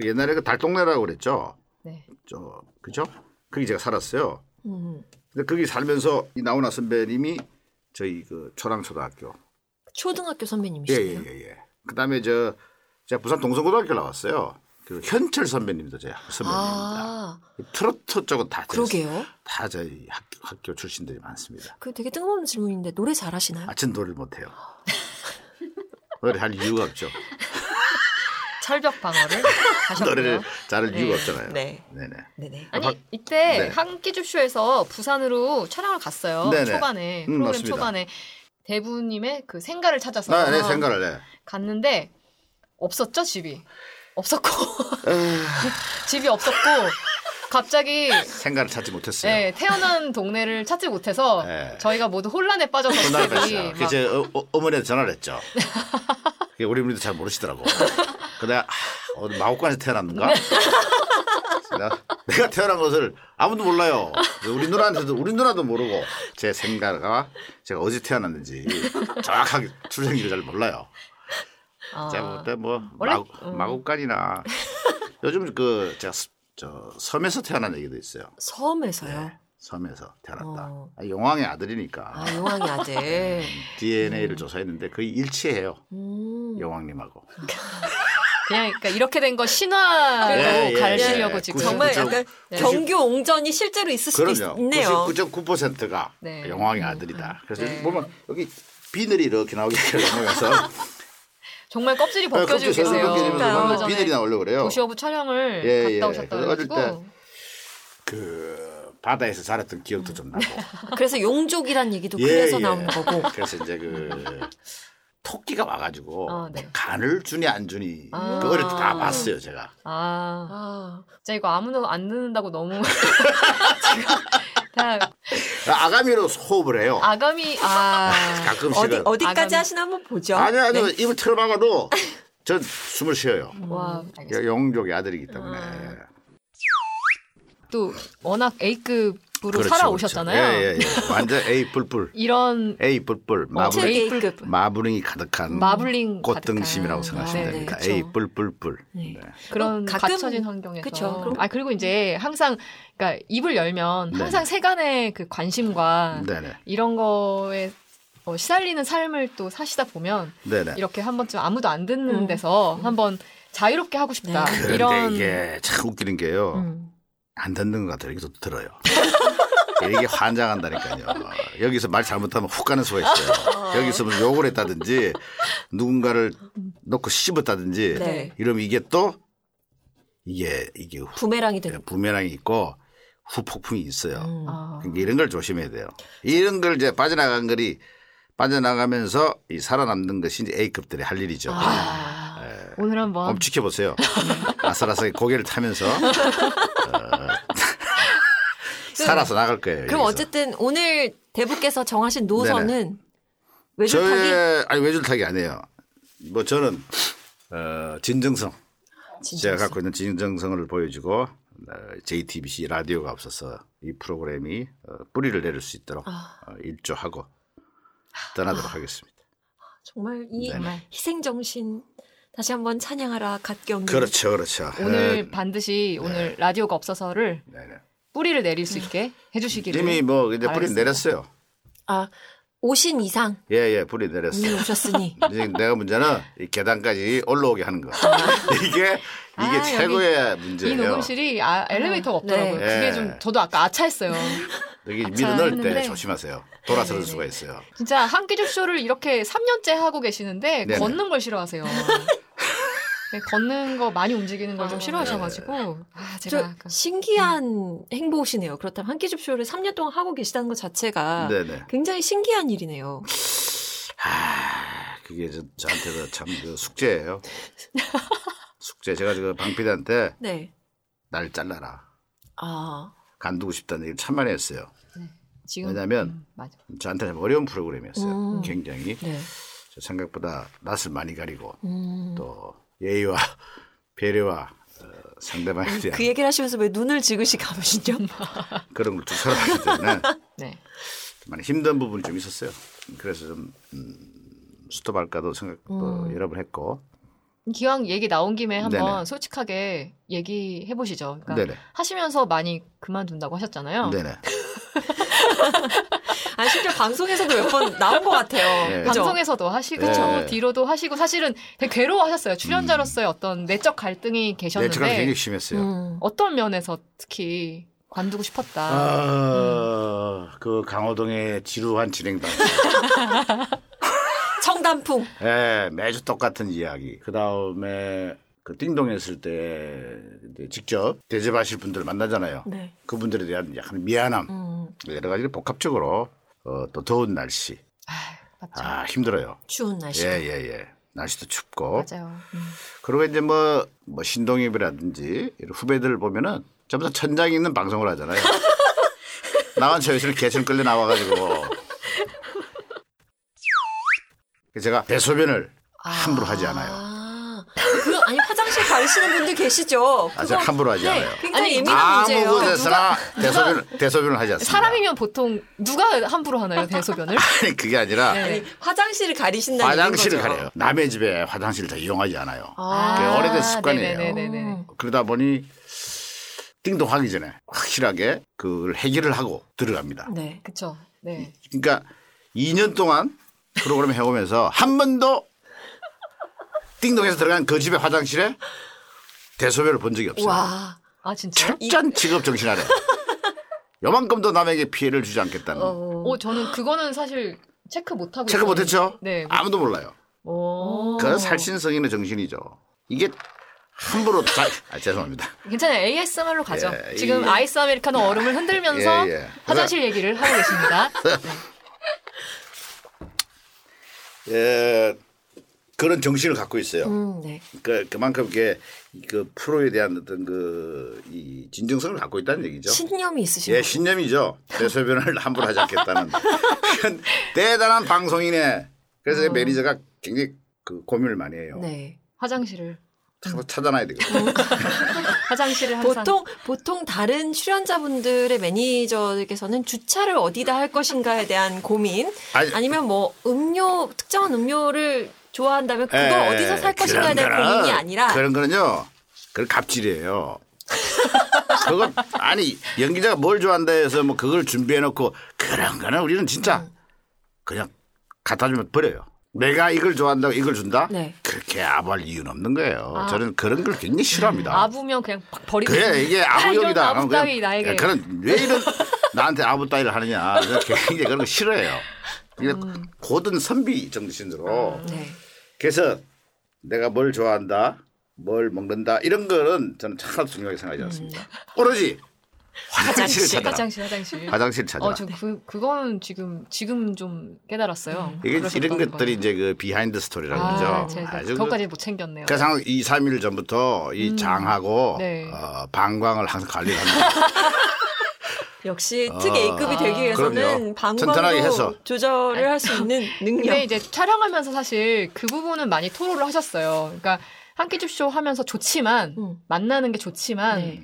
[SPEAKER 4] 그 옛날에 그 달동네라고 그랬죠.
[SPEAKER 3] 네.
[SPEAKER 4] 저 그죠? 거기 제가 살았어요.
[SPEAKER 1] (laughs) 음.
[SPEAKER 4] 근데 거기 살면서 이 나훈아 선배님이 저희 그 초랑초등학교
[SPEAKER 1] 초등학교 선배님이시네요.
[SPEAKER 4] 예예예. 예, 그다음에 저 제가 부산 동성고등학교 나왔어요. 그 현철 선배님도 제 선배님입니다.
[SPEAKER 1] 아,
[SPEAKER 4] 트로트 쪽은 다 제-
[SPEAKER 1] 그러게요.
[SPEAKER 4] 다 저희 학교, 학교 출신들이 많습니다.
[SPEAKER 1] 그 되게 뜬금없는 질문인데 노래 잘하시나요?
[SPEAKER 4] 아침 노래를 못해요. (laughs) 노래 할 이유가 없죠.
[SPEAKER 3] 철벽 방어를
[SPEAKER 4] (laughs) 노래를
[SPEAKER 3] 하셨고요.
[SPEAKER 4] 잘할
[SPEAKER 3] 네.
[SPEAKER 4] 이유가 없잖아요.
[SPEAKER 1] 네.
[SPEAKER 4] 네네.
[SPEAKER 1] 네네.
[SPEAKER 3] 아니
[SPEAKER 4] 박-
[SPEAKER 3] 이때
[SPEAKER 4] 네.
[SPEAKER 3] 한끼줍쇼에서 부산으로 촬영을 갔어요.
[SPEAKER 4] 네네.
[SPEAKER 3] 초반에
[SPEAKER 4] 음,
[SPEAKER 3] 프로그램
[SPEAKER 4] 맞습니다.
[SPEAKER 3] 초반에 대부님의 그 생가를 찾아서
[SPEAKER 4] 나, 내 네, 생각을 해.
[SPEAKER 3] 갔는데 없었죠 집이 없었고 집이 없었고 갑자기
[SPEAKER 4] 아, 생각을 찾지 못했어요.
[SPEAKER 3] 네, 태어난 동네를 찾지 못해서
[SPEAKER 4] 네.
[SPEAKER 3] 저희가 모두 혼란에 빠져서
[SPEAKER 4] 전화를
[SPEAKER 3] 갑자기
[SPEAKER 4] 했어요.
[SPEAKER 3] 막
[SPEAKER 4] 그제 어, 어, 어머니한테 전화를 했죠. 그게 우리 어머니도 잘 모르시더라고. 근데 아, 어디 마곡관에서 태어났는가? 내가, 내가 태어난 것을 아무도 몰라요. 우리 누나한테도 우리 누나도 모르고 제 생각과 제가 어디 태어났는지 정확하게 출생일을 잘 몰라요.
[SPEAKER 3] 아,
[SPEAKER 4] 제가 그때 뭐
[SPEAKER 3] 원래-
[SPEAKER 4] 마곡, 마곡관이나 요즘 그 제가 스- 저 섬에서 태어난 얘기도 있어요.
[SPEAKER 1] 섬에서요.
[SPEAKER 4] 네, 섬에서 태어났다.
[SPEAKER 1] 어.
[SPEAKER 4] 아, 용왕의 아들이니까. 네.
[SPEAKER 1] 아, 용왕의 아들.
[SPEAKER 4] DNA를 조사했는데 거의 일치해요.
[SPEAKER 1] 음.
[SPEAKER 4] 여왕님하고.
[SPEAKER 3] 그냥 그러니까 이렇게 된 거 신화로
[SPEAKER 4] 예, 예,
[SPEAKER 3] 가르치려고
[SPEAKER 4] 예.
[SPEAKER 3] 지금
[SPEAKER 1] 정말
[SPEAKER 4] 그죠.
[SPEAKER 1] 약간
[SPEAKER 3] 네.
[SPEAKER 1] 경교 옹전이 실제로 있을 수도
[SPEAKER 4] 그럼요.
[SPEAKER 1] 있네요.
[SPEAKER 4] 99.9%가
[SPEAKER 3] 네.
[SPEAKER 4] 영왕의 아들이다. 그래서
[SPEAKER 3] 네.
[SPEAKER 4] 보면 여기 비늘이 이렇게 나오게 (laughs) 넘어가서
[SPEAKER 3] 정말 껍질이 벗겨지고
[SPEAKER 4] 예,
[SPEAKER 3] 계세요.
[SPEAKER 1] 벗겨지면서
[SPEAKER 3] 얼마
[SPEAKER 1] 얼마
[SPEAKER 3] 전에
[SPEAKER 4] 비늘이 나오려고 그래요.
[SPEAKER 3] 도시어부 촬영을
[SPEAKER 4] 예, 예.
[SPEAKER 3] 갔다 오셨다
[SPEAKER 4] 그래서 어릴
[SPEAKER 3] 그래가지고
[SPEAKER 4] 그 바다에서 자랐던 기억도 좀 나고.
[SPEAKER 1] 그래서 용족이란 얘기도
[SPEAKER 4] 예,
[SPEAKER 1] 그래서
[SPEAKER 4] 예.
[SPEAKER 1] 나오는
[SPEAKER 4] (laughs)
[SPEAKER 1] 거고.
[SPEAKER 4] 그래서 이제 그 토끼가 와가지고
[SPEAKER 3] 아, 네.
[SPEAKER 4] 간을 주니 안 주니
[SPEAKER 3] 아.
[SPEAKER 4] 그 어릴 때 다 봤어요 제가.
[SPEAKER 3] 아
[SPEAKER 1] 아,
[SPEAKER 3] 진짜 이거 아무도 안 듣는다고 너무 (laughs) 지금 다
[SPEAKER 4] 아가미로 호흡을 해요.
[SPEAKER 3] 아가미 아
[SPEAKER 4] (laughs) 가끔씩은.
[SPEAKER 1] 어디, 어디까지
[SPEAKER 3] 아가미.
[SPEAKER 1] 하시나 한번 보죠. 네.
[SPEAKER 4] 아니요 아니요 입을 틀어막아도 전 숨을 쉬어요.
[SPEAKER 3] 와, 알겠습니다.
[SPEAKER 4] 영족의 아들이기 때문에. 예.
[SPEAKER 3] 또 워낙 A급으로
[SPEAKER 4] 그렇죠,
[SPEAKER 3] 살아오셨잖아요.
[SPEAKER 4] 그렇죠. 예, 예, 예. 완전 A 뿔뿔.
[SPEAKER 3] 이런
[SPEAKER 4] A 뿔뿔.
[SPEAKER 1] 제
[SPEAKER 4] 마블링,
[SPEAKER 3] 제이-
[SPEAKER 1] A급.
[SPEAKER 4] 마블링이 가득한
[SPEAKER 3] 마블링
[SPEAKER 4] 음, 꽃등심이라고
[SPEAKER 3] 가득한,
[SPEAKER 4] 생각하시면
[SPEAKER 1] 아, 네,
[SPEAKER 4] 됩니다.
[SPEAKER 1] 그쵸.
[SPEAKER 4] A 뿔뿔뿔.
[SPEAKER 1] 네.
[SPEAKER 3] 그런
[SPEAKER 1] 가끔-
[SPEAKER 3] 갇혀진 환경에서
[SPEAKER 1] 그쵸. 그럼-
[SPEAKER 3] 아 그리고 이제 항상 그러니까 입을 열면
[SPEAKER 4] 네.
[SPEAKER 3] 항상 세간의 그 관심과
[SPEAKER 4] 네네.
[SPEAKER 3] 이런 거에 어, 시달리는 삶을 또 사시다 보면
[SPEAKER 4] 네네.
[SPEAKER 3] 이렇게 한 번쯤 아무도 안 듣는
[SPEAKER 1] 음.
[SPEAKER 3] 데서 한번 자유롭게 하고 싶다
[SPEAKER 1] 네.
[SPEAKER 4] 그런데
[SPEAKER 3] 이런
[SPEAKER 4] 이게 참 웃기는 게요.
[SPEAKER 1] 음.
[SPEAKER 4] 안 듣는 것 같아요. 여기서 들어요. (laughs) 이게 환장한다니까요. 여기서 말 잘못하면 훅 가는 수가
[SPEAKER 1] 아,
[SPEAKER 4] 있어요. 여기서 무슨 욕을 했다든지 누군가를 놓고 씹었다든지
[SPEAKER 1] 네.
[SPEAKER 4] 이러면 이게 또 이게 이게 후-
[SPEAKER 1] 부메랑이 되는.
[SPEAKER 4] 부메랑이 있고 후폭풍이 있어요.
[SPEAKER 1] 네. 음.
[SPEAKER 3] 아,
[SPEAKER 4] 네. 그러니까 이런 걸 조심해야 돼요. 이런 걸 이제 빠져나간 거리 빠져나가면서 이 살아남는 것이 이제 A급들이 할 일이죠.
[SPEAKER 3] 아,
[SPEAKER 4] 예.
[SPEAKER 3] 오늘 한번
[SPEAKER 4] 한번 지켜보세요. 아슬아슬하게 고개를 타면서 어, 살아서 나갈 거예요.
[SPEAKER 1] (laughs) 그럼
[SPEAKER 4] 여기서.
[SPEAKER 1] 어쨌든 오늘 대부께서 정하신 노선은 외줄타기
[SPEAKER 4] 저의 아니 외줄타기 아니에요. 뭐 저는 어, 진정성 제가 갖고 있는 진정성을 보여주고 어, JTBC 라디오가 없어서 이 프로그램이 어, 뿌리를 내릴 수 있도록
[SPEAKER 1] 아.
[SPEAKER 4] 어, 일조하고 떠나도록 하겠습니다.
[SPEAKER 1] 정말 이
[SPEAKER 4] 네네.
[SPEAKER 1] 희생 정신 다시 한번 찬양하라 갓경
[SPEAKER 4] 그렇죠, 그렇죠.
[SPEAKER 3] 오늘
[SPEAKER 4] 네,
[SPEAKER 3] 반드시 오늘 라디오가 없어서를
[SPEAKER 4] 네네.
[SPEAKER 3] 뿌리를 내릴 수 있게 해주시기를
[SPEAKER 4] 이미 뭐 이제 뿌리
[SPEAKER 3] 알겠습니다.
[SPEAKER 4] 내렸어요.
[SPEAKER 1] 아 오신 이상
[SPEAKER 4] 예, 예, 뿌리
[SPEAKER 1] 이미
[SPEAKER 4] (laughs) 내렸어요.
[SPEAKER 1] 오셨으니
[SPEAKER 3] 네.
[SPEAKER 4] 이제 내가 문제는 이 계단까지 올라오게 하는 거. (laughs) 이게 이게
[SPEAKER 3] 아, 여기
[SPEAKER 4] 최고의
[SPEAKER 3] 이
[SPEAKER 4] 문제예요.
[SPEAKER 3] 녹음실이 아, 엘리베이터가 없더라고요.
[SPEAKER 1] 네.
[SPEAKER 3] 그게
[SPEAKER 4] 예.
[SPEAKER 3] 좀 저도 아까 아차했어요.
[SPEAKER 4] 여기 밀어
[SPEAKER 3] 아차
[SPEAKER 4] 넣을 때
[SPEAKER 3] 했는데.
[SPEAKER 4] 조심하세요. 돌아서는
[SPEAKER 3] 네네네.
[SPEAKER 4] 수가 있어요.
[SPEAKER 3] 진짜 한끼줍 쇼를 이렇게 3년째 하고 계시는데
[SPEAKER 4] 네네.
[SPEAKER 3] 걷는 걸 싫어하세요. 네, 걷는 거 많이 움직이는 걸 좀
[SPEAKER 1] 아, 네.
[SPEAKER 3] 싫어하셔가지고 아 제가
[SPEAKER 1] 저
[SPEAKER 3] 아까
[SPEAKER 1] 신기한 행보시네요. 그렇다면 한 끼 줍쇼를 3년 동안 하고 계시다는 것
[SPEAKER 3] 아.
[SPEAKER 1] 자체가
[SPEAKER 4] 네네.
[SPEAKER 1] 굉장히 신기한 일이네요.
[SPEAKER 4] 아, 그게 저, 저한테도
[SPEAKER 3] (laughs)
[SPEAKER 4] 참그 숙제예요. 숙제. 제가 지금 방피디한테
[SPEAKER 1] 네.
[SPEAKER 4] 날 잘라라.
[SPEAKER 1] 아,
[SPEAKER 4] 간두고 싶다는 얘기를 참 많이 했어요.
[SPEAKER 3] 네, 지금
[SPEAKER 4] 왜냐면
[SPEAKER 3] 음, 맞아.
[SPEAKER 4] 저한테 참 어려운 프로그램이었어요.
[SPEAKER 1] 음.
[SPEAKER 4] 굉장히.
[SPEAKER 1] 네.
[SPEAKER 4] 저 생각보다 낯을 많이 가리고
[SPEAKER 1] 음.
[SPEAKER 4] 또 예의와 (laughs) 배려와 어, 상대방에 대한
[SPEAKER 1] 그 얘기를 하시면서 왜 눈을 지그시
[SPEAKER 3] (laughs)
[SPEAKER 1] 감으시죠?
[SPEAKER 4] (laughs) 그런 걸좀 살아가기 때문에
[SPEAKER 3] 네.
[SPEAKER 4] 많이 힘든 부분이 좀 있었어요. 그래서 좀 음, 스톱할까도 생각도 어,
[SPEAKER 1] 음.
[SPEAKER 4] 여러 번 했고.
[SPEAKER 3] 기왕 얘기 나온 김에 한번
[SPEAKER 4] 네네.
[SPEAKER 3] 솔직하게 얘기해 보시죠. 그러니까 어.
[SPEAKER 4] 네네.
[SPEAKER 3] 하시면서 많이 그만둔다고 하셨잖아요.
[SPEAKER 4] 네네.
[SPEAKER 1] 아, 실제 방송에서도 몇 번 나온 것 같아요.
[SPEAKER 4] 네.
[SPEAKER 1] 그죠?
[SPEAKER 3] 방송에서도 하시고
[SPEAKER 4] 네.
[SPEAKER 3] 뒤로도 하시고 사실은 되게 괴로워하셨어요.
[SPEAKER 4] 음.
[SPEAKER 3] 출연자로서의 어떤 내적 갈등이
[SPEAKER 4] 내측은
[SPEAKER 3] 계셨는데 네.
[SPEAKER 4] 굉장히 심했어요.
[SPEAKER 1] 음.
[SPEAKER 3] 어떤 면에서 특히 관두고 싶었다.
[SPEAKER 4] 아, 그 강호동의 지루한 진행 방식.
[SPEAKER 1] 청담풍.
[SPEAKER 4] 예, 매주 똑같은 이야기. 그 다음에 그 띵동 했을 때 이제 직접 대접하실 분들 만나잖아요.
[SPEAKER 1] 네.
[SPEAKER 4] 그분들에 대한 약간 미안함.
[SPEAKER 1] 음.
[SPEAKER 4] 여러 가지를 복합적으로 어, 또 더운 날씨.
[SPEAKER 3] 맞죠.
[SPEAKER 4] 아, 힘들어요.
[SPEAKER 1] 추운 날씨.
[SPEAKER 4] 예, 예, 예. 날씨도 춥고.
[SPEAKER 3] 맞아요. 음.
[SPEAKER 4] 그리고 이제 뭐, 뭐 신동엽이라든지 이런 후배들을 보면은 전부 다 천장이 있는 방송을
[SPEAKER 1] (laughs)
[SPEAKER 4] 하잖아요. 나간 저희들은 개천 끌려 나와가지고 그래서 제가 배소변을 함부로 하지 않아요.
[SPEAKER 1] 아, 그, 아니, 화장실 가시는 분들 계시죠?
[SPEAKER 4] 아, 제가
[SPEAKER 1] 그거
[SPEAKER 4] 함부로 하지
[SPEAKER 1] 네,
[SPEAKER 4] 않아요.
[SPEAKER 1] 굉장히
[SPEAKER 3] 아니,
[SPEAKER 1] 예민한 문제예요.
[SPEAKER 4] 아무 곳에서나 대소변을, 대소변을 하지 않습니다.
[SPEAKER 3] 사람이면 보통 누가 함부로 하나요 (laughs) 대소변을?
[SPEAKER 4] (laughs) 아니, 그게 아니라
[SPEAKER 1] 아니,
[SPEAKER 3] 네.
[SPEAKER 1] 화장실을 가리신다는
[SPEAKER 4] 화장실을
[SPEAKER 1] 거죠?
[SPEAKER 4] 가려요. 남의 집에 화장실을 다 이용하지 않아요.
[SPEAKER 1] 아.
[SPEAKER 4] 그게 네, 오래된 습관이에요.
[SPEAKER 3] 네네네네.
[SPEAKER 4] 그러다 보니 띵동 하기 전에 확실하게 그걸 해결을 하고 들어갑니다.
[SPEAKER 1] 네.
[SPEAKER 3] 그쵸. 네.
[SPEAKER 4] 그러니까 2년 동안 프로그램 해오면서 한 번도 띵동에서 들어간 그 집의 화장실에 대소변을 본 적이 없어요.
[SPEAKER 1] 와.
[SPEAKER 3] 아 진짜요?
[SPEAKER 4] 철저한 직업 정신 아래. 요만큼도 남에게 피해를 주지 않겠다는.
[SPEAKER 1] 어,
[SPEAKER 3] 오 어, 저는 그거는 사실 체크 못 하고
[SPEAKER 4] 체크 못했죠?
[SPEAKER 3] 네. 어.
[SPEAKER 4] 아무도 몰라요.
[SPEAKER 3] 오.
[SPEAKER 4] 그건 살신성인의 정신이죠. 이게 함부로 잘, 아, 죄송합니다.
[SPEAKER 3] 괜찮아요. ASMR로 가죠.
[SPEAKER 4] 예,
[SPEAKER 3] 지금
[SPEAKER 4] 이-
[SPEAKER 3] 아이스 아메리카노 얼음을 흔들면서
[SPEAKER 4] 예, 예.
[SPEAKER 3] 화장실 얘기를 하고 계십니다.
[SPEAKER 4] (laughs) 예, 그런 정신을 갖고 있어요.
[SPEAKER 1] 음, 네.
[SPEAKER 4] 그, 그만큼 이게 그 프로에 대한 어떤 그 이 진정성을 갖고 있다는 얘기죠.
[SPEAKER 1] 신념이 있으신
[SPEAKER 4] 예,
[SPEAKER 1] 예,
[SPEAKER 4] 신념이죠.
[SPEAKER 1] (laughs)
[SPEAKER 4] 대소변을 함부로 하지 않겠다는. 그건 대단한 방송이네. 그래서 이 매니저가 굉장히 그 고민을 많이 해요.
[SPEAKER 1] 음. 네.
[SPEAKER 3] 화장실을
[SPEAKER 4] 한번 찾아놔야 되거든요.
[SPEAKER 3] 화장실을 항상
[SPEAKER 1] 보통 보통 다른 출연자분들의 매니저들께서는 주차를 어디다 할 것인가에 대한 고민
[SPEAKER 4] 아니,
[SPEAKER 1] 아니면 뭐 음료 특정한 음료를 좋아한다면 그걸
[SPEAKER 4] 예,
[SPEAKER 1] 어디서 살 것인가에 대한
[SPEAKER 4] 그런 거는-
[SPEAKER 1] 고민이 아니라
[SPEAKER 4] 그런 거는요. 그건 갑질이에요. 그거 아니 연기자가 뭘 좋아한다 해서 뭐 그걸 준비해 놓고 그런 거는 우리는 진짜
[SPEAKER 1] 음.
[SPEAKER 4] 그냥 갖다 주면 버려요. 내가 이걸 좋아한다고 이걸 준다?
[SPEAKER 1] 네.
[SPEAKER 4] 그렇게 아부할 이유는 없는 거예요. 저는 그런 걸 굉장히 싫어합니다.
[SPEAKER 3] 아부면 그냥 팍 버리고
[SPEAKER 4] 그래 이게
[SPEAKER 3] (laughs) 아, 이런
[SPEAKER 4] 아부역이다. 예,
[SPEAKER 3] 아부 따위 나에게.
[SPEAKER 4] 그런 왜 이런 나한테 아부 따위를 하느냐.
[SPEAKER 3] (laughs)
[SPEAKER 4] 그래서 굉장히 그런 거 싫어해요. 그냥
[SPEAKER 3] 음.
[SPEAKER 4] 고든 선비 정신으로.
[SPEAKER 1] 네.
[SPEAKER 4] 그래서 내가 뭘 좋아한다, 뭘 먹는다 이런 거는 저는 하나도 중요하게 생각하지 않습니다. 오로지 화장실을
[SPEAKER 1] 화장실,
[SPEAKER 4] 찾아라.
[SPEAKER 3] 음. 화장실 화장실.
[SPEAKER 4] 화장실 찾아라.
[SPEAKER 3] 어, 저그 그건 지금 지금 좀 깨달았어요.
[SPEAKER 4] 이게 이런
[SPEAKER 3] 그러셨다는
[SPEAKER 4] 것들이
[SPEAKER 3] 거는.
[SPEAKER 4] 이제 그 비하인드 스토리라고
[SPEAKER 3] 아,
[SPEAKER 4] 그러죠.
[SPEAKER 3] 제가
[SPEAKER 4] 아주 그러니까
[SPEAKER 3] 그것까지 못 챙겼네요.
[SPEAKER 4] 그래서 항상 2, 3일 전부터 이
[SPEAKER 3] 음.
[SPEAKER 4] 장하고
[SPEAKER 3] 네.
[SPEAKER 4] 어, 방광을
[SPEAKER 3] (laughs)
[SPEAKER 4] 항상 관리를 합니다.
[SPEAKER 1] 역시
[SPEAKER 4] 아,
[SPEAKER 1] 특 A급이 되기
[SPEAKER 4] 그럼요.
[SPEAKER 1] 위해서는
[SPEAKER 4] 튼튼하게 해서.
[SPEAKER 1] 방광도 조절을 할 수 있는 능력.
[SPEAKER 3] 근데 이제 촬영하면서 사실 그 부분은 많이 토로를 하셨어요. 그러니까 한끼 줍쇼 하면서 좋지만
[SPEAKER 1] 음.
[SPEAKER 3] 만나는 게 좋지만
[SPEAKER 1] 네.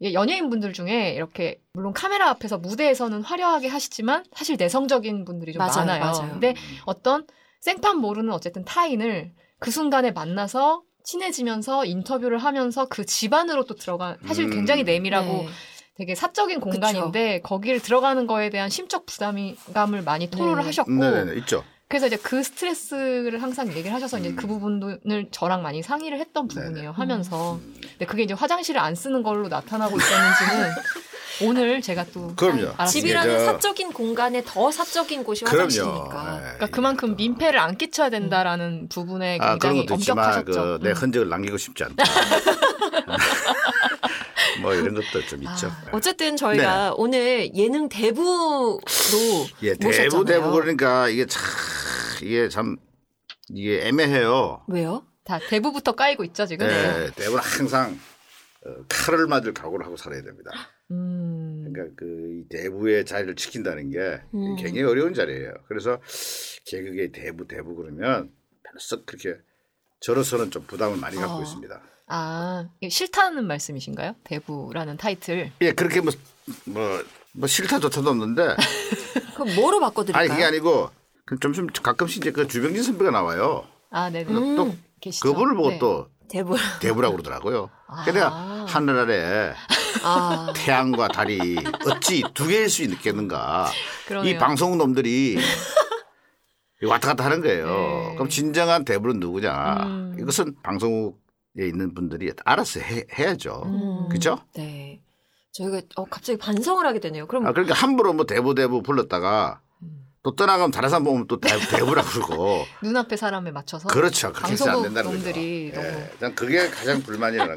[SPEAKER 3] 이게 연예인분들 중에 이렇게 물론 카메라 앞에서 무대에서는 화려하게 하시지만 사실 내성적인 분들이 좀
[SPEAKER 1] 맞아요,
[SPEAKER 3] 많아요.
[SPEAKER 1] 맞아요.
[SPEAKER 3] 근데 어떤 생판 모르는 어쨌든 타인을 그 순간에 만나서 친해지면서 인터뷰를 하면서 그 집안으로 또 들어간 사실
[SPEAKER 4] 음.
[SPEAKER 3] 굉장히 내밀하고
[SPEAKER 1] 네.
[SPEAKER 3] 되게 사적인 공간인데 거기를 들어가는 거에 대한 심적 부담감을 많이 토로를
[SPEAKER 1] 네.
[SPEAKER 3] 하셨고
[SPEAKER 4] 음. 네네네 있죠.
[SPEAKER 3] 그래서 이제 그 스트레스를 항상 얘기를 하셔서 이제
[SPEAKER 4] 음.
[SPEAKER 3] 그 부분을 저랑 많이 상의를 했던 부분이에요
[SPEAKER 4] 네네. 음.
[SPEAKER 3] 하면서 근데 그게 이제 화장실을 안 쓰는 걸로 나타나고
[SPEAKER 4] (laughs)
[SPEAKER 3] 있었는지는 오늘 제가 또
[SPEAKER 4] 그럼요.
[SPEAKER 3] 알았습니다.
[SPEAKER 1] 집이라는
[SPEAKER 4] 이게 아, 예, 저-
[SPEAKER 1] 사적인 공간에 더 사적인 곳이 화장실이니까.
[SPEAKER 4] 그럼요. 예.
[SPEAKER 3] 그러니까 그만큼
[SPEAKER 4] 민
[SPEAKER 3] 민폐를 안 끼쳐야 된다라는 부분에
[SPEAKER 4] 아, 그런
[SPEAKER 3] 굉장히
[SPEAKER 4] 것도 있지만
[SPEAKER 3] 엄격하셨죠.
[SPEAKER 4] 그, 내
[SPEAKER 3] 음.
[SPEAKER 4] 흔적을 남기고
[SPEAKER 1] (laughs)
[SPEAKER 4] 싶지 않다. 뭐 이런 것도 좀 있죠.
[SPEAKER 3] 아,
[SPEAKER 1] 어쨌든 저희가
[SPEAKER 4] 네.
[SPEAKER 1] 오늘 예능 대부로
[SPEAKER 4] 예,
[SPEAKER 1] 모셨잖아요.
[SPEAKER 4] 대부 대부 그러니까 이게 참 이게 참 이게 애매해요.
[SPEAKER 1] 왜요?
[SPEAKER 3] 다 대부부터 까이고 있죠
[SPEAKER 1] 네.
[SPEAKER 3] 지금.
[SPEAKER 4] 예, 대부는 항상 어, 칼을 맞을 각오를 하고 살아야 됩니다.
[SPEAKER 3] 음.
[SPEAKER 4] 그러니까 그이 대부의 자리를 지킨다는 게
[SPEAKER 1] 음.
[SPEAKER 4] 굉장히 어려운 자리예요. 그래서 개그의 대부 대부 그러면 별로 썩 그렇게 저로서는 좀 부담을 많이 갖고
[SPEAKER 1] 어.
[SPEAKER 4] 있습니다.
[SPEAKER 3] 아 이게 싫다는 말씀이신가요? 대부라는 타이틀.
[SPEAKER 4] 예, 그렇게 뭐 뭐, 뭐 싫다 좋다도
[SPEAKER 3] 아,
[SPEAKER 4] 없는데
[SPEAKER 1] 그럼 뭐로
[SPEAKER 4] 아니
[SPEAKER 1] 바꿔드릴까요?
[SPEAKER 4] 그게 아니고 그 점심 가끔씩 이제 그 주병진 선배가 나와요.
[SPEAKER 3] 아 네네.
[SPEAKER 1] 음,
[SPEAKER 4] 또
[SPEAKER 3] 계시죠.
[SPEAKER 4] 그분을 보고
[SPEAKER 3] 네.
[SPEAKER 4] 또
[SPEAKER 1] 대부.
[SPEAKER 4] 대부라고 그러더라고요.
[SPEAKER 3] 아.
[SPEAKER 4] 그러니까 내가 하늘 아래
[SPEAKER 1] 아,
[SPEAKER 4] 태양과 달이 어찌 두 개일 수 있겠는가.
[SPEAKER 3] 그러네요.
[SPEAKER 4] 이 방송 놈들이 왔다 갔다 하는 거예요.
[SPEAKER 3] 네.
[SPEAKER 4] 그럼 진정한 대부는 누구냐.
[SPEAKER 3] 음.
[SPEAKER 4] 이것은 방송국에 있는 분들이 알아서 해, 해야죠.
[SPEAKER 3] 음.
[SPEAKER 4] 그죠?
[SPEAKER 1] 네. 저희가 어, 갑자기 반성을 하게 되네요.
[SPEAKER 3] 음.
[SPEAKER 1] 그럼
[SPEAKER 4] 아, 그러니까 함부로 뭐 대부 대부 불렀다가 또 떠나가면 다른 사람 보면 또 대, 대부라고 그러고
[SPEAKER 3] 눈앞의 사람에 맞춰서
[SPEAKER 4] 그렇죠. 그렇게 해서 안
[SPEAKER 3] 방송국
[SPEAKER 4] 된다는 거죠.
[SPEAKER 3] 놈들이 너무
[SPEAKER 4] 예, 난 그게 가장 불만이라는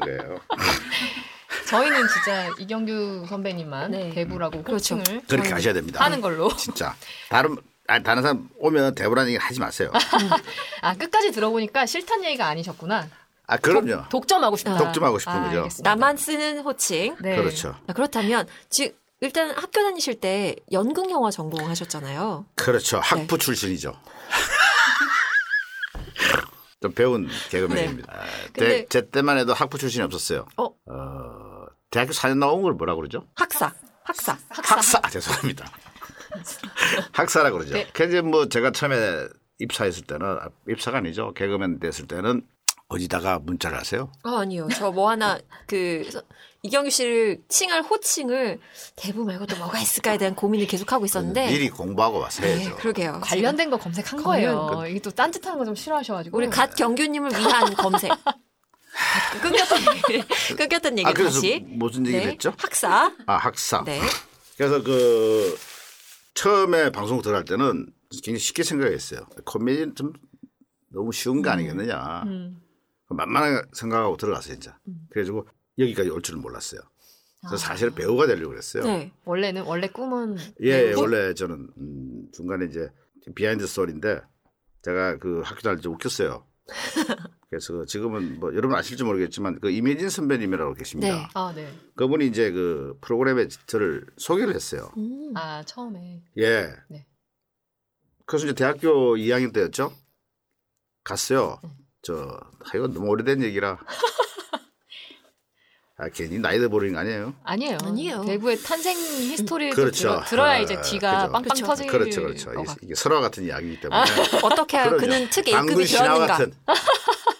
[SPEAKER 3] (laughs)
[SPEAKER 4] 거예요.
[SPEAKER 3] 저희는 진짜 이경규 선배님만
[SPEAKER 1] 네.
[SPEAKER 3] 대부라고
[SPEAKER 1] 그렇죠.
[SPEAKER 3] 호칭을
[SPEAKER 4] 그렇게
[SPEAKER 3] 저희는
[SPEAKER 4] 하셔야 됩니다.
[SPEAKER 3] 하는 걸로. (laughs)
[SPEAKER 4] 진짜 다른 아 다른 사람 오면 대부라는 얘기 하지 마세요.
[SPEAKER 3] 아 끝까지 들어보니까 싫다는 얘기가 아니셨구나.
[SPEAKER 4] 아 그럼요.
[SPEAKER 3] 독점하고 싶다.
[SPEAKER 4] 독점하고 싶은 거죠.
[SPEAKER 3] 알겠습니다.
[SPEAKER 1] 나만 쓰는 호칭.
[SPEAKER 3] 네.
[SPEAKER 4] 그렇죠.
[SPEAKER 1] 아, 그렇다면 즉 일단 학교 다니실 때 연극 영화 전공하셨잖아요.
[SPEAKER 3] 네.
[SPEAKER 4] 그렇죠. 학부 출신이죠. (laughs) 좀 배운 개그맨입니다.
[SPEAKER 3] 네.
[SPEAKER 1] 근데-
[SPEAKER 4] 제, 제 때만 해도 학부 출신이 없었어요.
[SPEAKER 1] 어?
[SPEAKER 4] 어, 대학교 4년 나온 걸 뭐라 그러죠?
[SPEAKER 1] 학사, 학사.
[SPEAKER 4] 학사.
[SPEAKER 1] (laughs)
[SPEAKER 4] 아, 죄송합니다. 학사라 그러죠.
[SPEAKER 3] 네.
[SPEAKER 4] 그 이제 뭐 제가 처음에 입사했을 때는 아, 입사가 아니죠. 개그맨 됐을 때는 어디다가 문자를 하세요?
[SPEAKER 1] 아 아니요. 저 뭐 하나 그 서- 이경규 씨를 칭할 호칭을 대부 말고 또 뭐가 있을까에 대한 고민을 계속 하고 있었는데.
[SPEAKER 4] 그 미리 공부하고 와서
[SPEAKER 1] 네,
[SPEAKER 4] 해야죠.
[SPEAKER 1] 그러게요.
[SPEAKER 3] 관련된 거 검색한 거예요. 이게 또 딴짓하는 거 좀 싫어하셔가지고.
[SPEAKER 1] 우리 갓 경규님을 위한 검색. (laughs) 끊겼던 얘기, (laughs) 끊겼던 얘기
[SPEAKER 4] 아 그래서
[SPEAKER 1] 다시. 네.
[SPEAKER 4] 무슨 얘기를 했죠?
[SPEAKER 1] 학사.
[SPEAKER 4] 아 학사.
[SPEAKER 1] 네.
[SPEAKER 4] 그래서 그 처음에 방송 들어갈 때는 굉장히 쉽게 생각했어요. 코미디는 좀 너무 쉬운 거 아니겠느냐. 그
[SPEAKER 3] 음.
[SPEAKER 4] 만만하게 생각하고 들어갔어요, 진짜.
[SPEAKER 1] 음.
[SPEAKER 4] 그래가지고 여기까지 올 줄은 몰랐어요. 그래서 사실 배우가 되려고 그랬어요.
[SPEAKER 1] 아. 네.
[SPEAKER 3] 아, 원래는 원래 꿈은
[SPEAKER 4] 예, 예, 원래 저는 음, 중간에 이제 비하인드 스토리인데 제가 그 학교 다닐 때 웃겼어요. 그래서 지금은 뭐 여러분 아실지 모르겠지만 그 이미진 선배님이라고 계십니다.
[SPEAKER 1] 네.
[SPEAKER 3] 아 네.
[SPEAKER 4] 그분이 이제 그 프로그램에 저를 소개를 했어요.
[SPEAKER 1] 음.
[SPEAKER 3] 아 처음에
[SPEAKER 4] 예.
[SPEAKER 3] 네.
[SPEAKER 4] 그래서 이제 대학교 2학년 때였죠. 갔어요. 저 아, 이거 너무 오래된 얘기라. 아 괜히 나이 들 버리는 거 아니에요?
[SPEAKER 3] 아니에요.
[SPEAKER 1] 아니에요.
[SPEAKER 3] 대부의 탄생 히스토리를 좀
[SPEAKER 4] 그렇죠.
[SPEAKER 3] 들어, 들어야
[SPEAKER 4] 아,
[SPEAKER 3] 이제 뒤가
[SPEAKER 4] 그죠.
[SPEAKER 3] 빵빵
[SPEAKER 1] 그렇죠.
[SPEAKER 3] 터질
[SPEAKER 4] 그렇죠, 그렇죠.
[SPEAKER 3] 것
[SPEAKER 4] 이게,
[SPEAKER 3] 같-
[SPEAKER 4] 이게 설화 같은 이야기이기 때문에
[SPEAKER 1] 어떻게 하면
[SPEAKER 4] 그럼요.
[SPEAKER 1] 그는 특
[SPEAKER 4] 당군
[SPEAKER 1] A급이
[SPEAKER 4] 신화
[SPEAKER 1] 되었는가.
[SPEAKER 4] 같은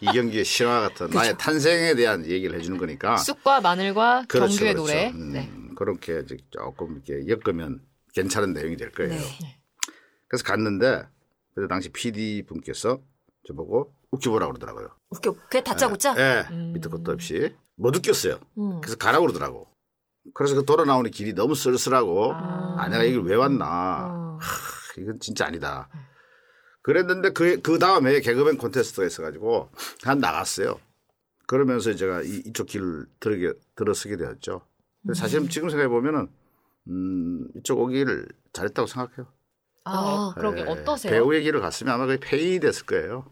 [SPEAKER 4] 이경규의 신화 같은 나의 탄생에 대한 얘기를 해주는 거니까.
[SPEAKER 3] 쑥과 마늘과
[SPEAKER 4] 아. 그렇죠,
[SPEAKER 3] 경규의
[SPEAKER 4] 그렇죠.
[SPEAKER 3] 노래.
[SPEAKER 4] 음,
[SPEAKER 3] 네.
[SPEAKER 4] 그렇게 이제 조금 이렇게 엮으면 괜찮은 내용이 될 거예요.
[SPEAKER 1] 네.
[SPEAKER 4] 그래서 갔는데 그때 당시 PD 분께서 저보고 웃겨보라 그러더라고요.
[SPEAKER 1] 웃겨. 그게 다짜고짜.
[SPEAKER 4] 예,
[SPEAKER 3] 음.
[SPEAKER 4] 밑에 것도 없이 못 웃겼어요.
[SPEAKER 1] 음.
[SPEAKER 4] 그래서 가라고 그러더라고. 그래서 그 돌아 나오는 길이 너무 쓸쓸하고 아, 내가 이걸 왜
[SPEAKER 1] 아.
[SPEAKER 3] 어.
[SPEAKER 4] 왔나. 크, 이건 진짜 아니다.
[SPEAKER 3] 네.
[SPEAKER 4] 그랬는데 그, 그 다음에 개그맨 콘테스트가 있어가지고 한 나갔어요. 그러면서 제가 이, 이쪽 길을 들게, 들어서게 되었죠. 근데 사실 지금 생각해 보면은 음, 이쪽 오기를 잘했다고 생각해요.
[SPEAKER 3] 아, 그러게
[SPEAKER 4] 예,
[SPEAKER 3] 어떠세요?
[SPEAKER 4] 배우의 길을 갔으면 아마 거의 페인이 됐을 거예요.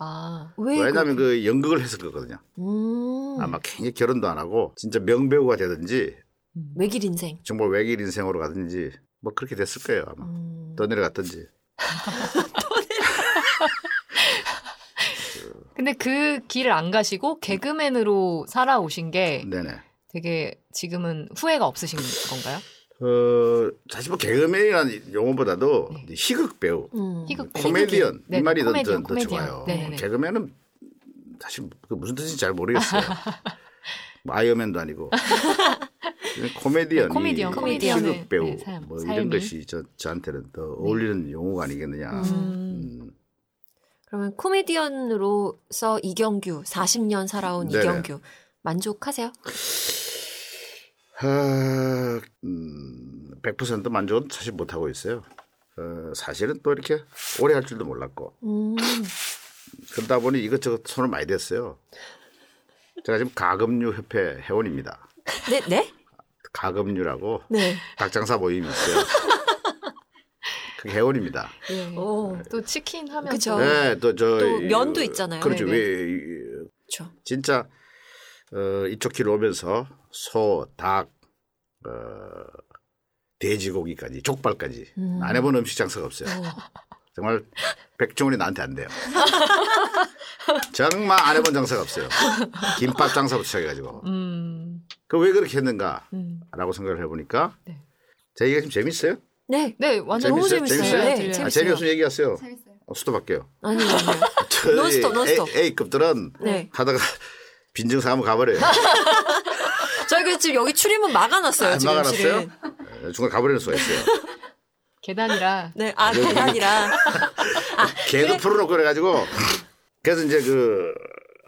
[SPEAKER 3] 아,
[SPEAKER 1] 왜?
[SPEAKER 4] 왜냐하면
[SPEAKER 1] 그렇게-
[SPEAKER 4] 그 연극을 했을 거거든요.
[SPEAKER 1] 음.
[SPEAKER 4] 아마 굉장히 결혼도 안 하고 진짜 명배우가 되든지
[SPEAKER 3] 음. 네.
[SPEAKER 1] 외길 인생.
[SPEAKER 4] 정말 외길 인생으로 가든지 뭐 그렇게 됐을 거예요 아마
[SPEAKER 1] 음.
[SPEAKER 4] 떠내려갔든지
[SPEAKER 3] 근데 그 길을 안 가시고 개그맨으로 살아오신 게
[SPEAKER 4] 네네
[SPEAKER 3] 되게 지금은 후회가 없으신 건가요?
[SPEAKER 4] 어 사실 뭐 개그맨이라는 용어보다도
[SPEAKER 3] 네.
[SPEAKER 4] 희극 배우
[SPEAKER 1] 음.
[SPEAKER 3] 희극 배우.
[SPEAKER 4] 코미디언
[SPEAKER 3] 네,
[SPEAKER 4] 이 말이 더,
[SPEAKER 3] 코미디언,
[SPEAKER 4] 더, 더
[SPEAKER 3] 코미디언.
[SPEAKER 4] 좋아요
[SPEAKER 3] 네네네.
[SPEAKER 4] 개그맨은 사실 그 무슨 뜻인지 잘
[SPEAKER 3] (laughs)
[SPEAKER 4] 모르겠어요 뭐 아이언맨도 아니고 코미디언이
[SPEAKER 3] 코미디언, 코미디언의,
[SPEAKER 4] 희극 배우
[SPEAKER 3] 네, 삶,
[SPEAKER 4] 뭐
[SPEAKER 3] 삶이. 네.
[SPEAKER 4] 이런 것이 저, 저한테는 더 어울리는 용어가 아니겠느냐
[SPEAKER 3] 음.
[SPEAKER 4] 음.
[SPEAKER 1] 그러면 코미디언으로서 이경규 40년 살아온
[SPEAKER 4] 네네.
[SPEAKER 1] 이경규 만족하세요?
[SPEAKER 4] 아, 음, 100% 만족은 사실 못하고 있어요. 어, 사실은 또 이렇게 오래 할 줄도 몰랐고.
[SPEAKER 1] 음.
[SPEAKER 4] 그러다 보니 이것저것 손을 많이 댔어요. 제가 지금 가금류협회 회원입니다.
[SPEAKER 1] 네, 네?
[SPEAKER 4] 가금류라고
[SPEAKER 1] 네.
[SPEAKER 4] 닭장사 모임이 있어요. 그 회원입니다.
[SPEAKER 3] 예.
[SPEAKER 1] 오.
[SPEAKER 3] 또 치킨 하면
[SPEAKER 1] 그쵸.
[SPEAKER 3] 또-
[SPEAKER 4] 네, 또 저.
[SPEAKER 1] 어, 또 면도 있잖아요.
[SPEAKER 4] 그렇죠.
[SPEAKER 3] 네, 네.
[SPEAKER 4] 왜, 이-
[SPEAKER 1] 그렇죠.
[SPEAKER 4] 진짜, 어, 이쪽 길 오면서 소, 닭, 어, 돼지고기까지, 족발까지.
[SPEAKER 1] 음.
[SPEAKER 4] 안 해본 음식 장사가 없어요. 정말 백종원이 나한테 안
[SPEAKER 1] (laughs)
[SPEAKER 4] 돼요. 정말 안 해본 장사가 없어요. 김밥 장사부터 시작해가지고.
[SPEAKER 3] 음.
[SPEAKER 4] 그 왜 그렇게 했는가라고
[SPEAKER 3] 음.
[SPEAKER 4] 생각을 해보니까
[SPEAKER 3] 네.
[SPEAKER 4] 제 얘기가 지금 재밌어요?
[SPEAKER 1] 네.
[SPEAKER 3] 네, 완전
[SPEAKER 1] 너무
[SPEAKER 4] 재밌어요?
[SPEAKER 1] 재밌어요.
[SPEAKER 3] 재밌어요.
[SPEAKER 1] 네,
[SPEAKER 3] 재밌어요.
[SPEAKER 4] 아,
[SPEAKER 1] 재밌어요.
[SPEAKER 4] 재미없으면 얘기하세요.
[SPEAKER 5] 재밌어요.
[SPEAKER 4] 어,
[SPEAKER 1] (laughs)
[SPEAKER 4] 수도 바뀌어요.
[SPEAKER 1] 아니, 아니요.
[SPEAKER 4] 저희
[SPEAKER 1] 논스톱, 논스톱.
[SPEAKER 4] A, A급들은
[SPEAKER 1] 네.
[SPEAKER 4] 하다가 (laughs) 빈증상 한번 가버려요.
[SPEAKER 1] 저희 그 지금 여기 출입문 막아놨어요. (laughs)
[SPEAKER 4] 안
[SPEAKER 1] 지금
[SPEAKER 4] 막아놨어요?
[SPEAKER 1] 실은.
[SPEAKER 4] 예, 중간에 가버리는
[SPEAKER 1] (laughs)
[SPEAKER 4] 수가 있어요.
[SPEAKER 3] 계단이라
[SPEAKER 1] 네. 아,
[SPEAKER 4] 여기-
[SPEAKER 1] 그게 아니라.
[SPEAKER 4] 걔도 풀어놓고 그래가지고 그래서 이제 그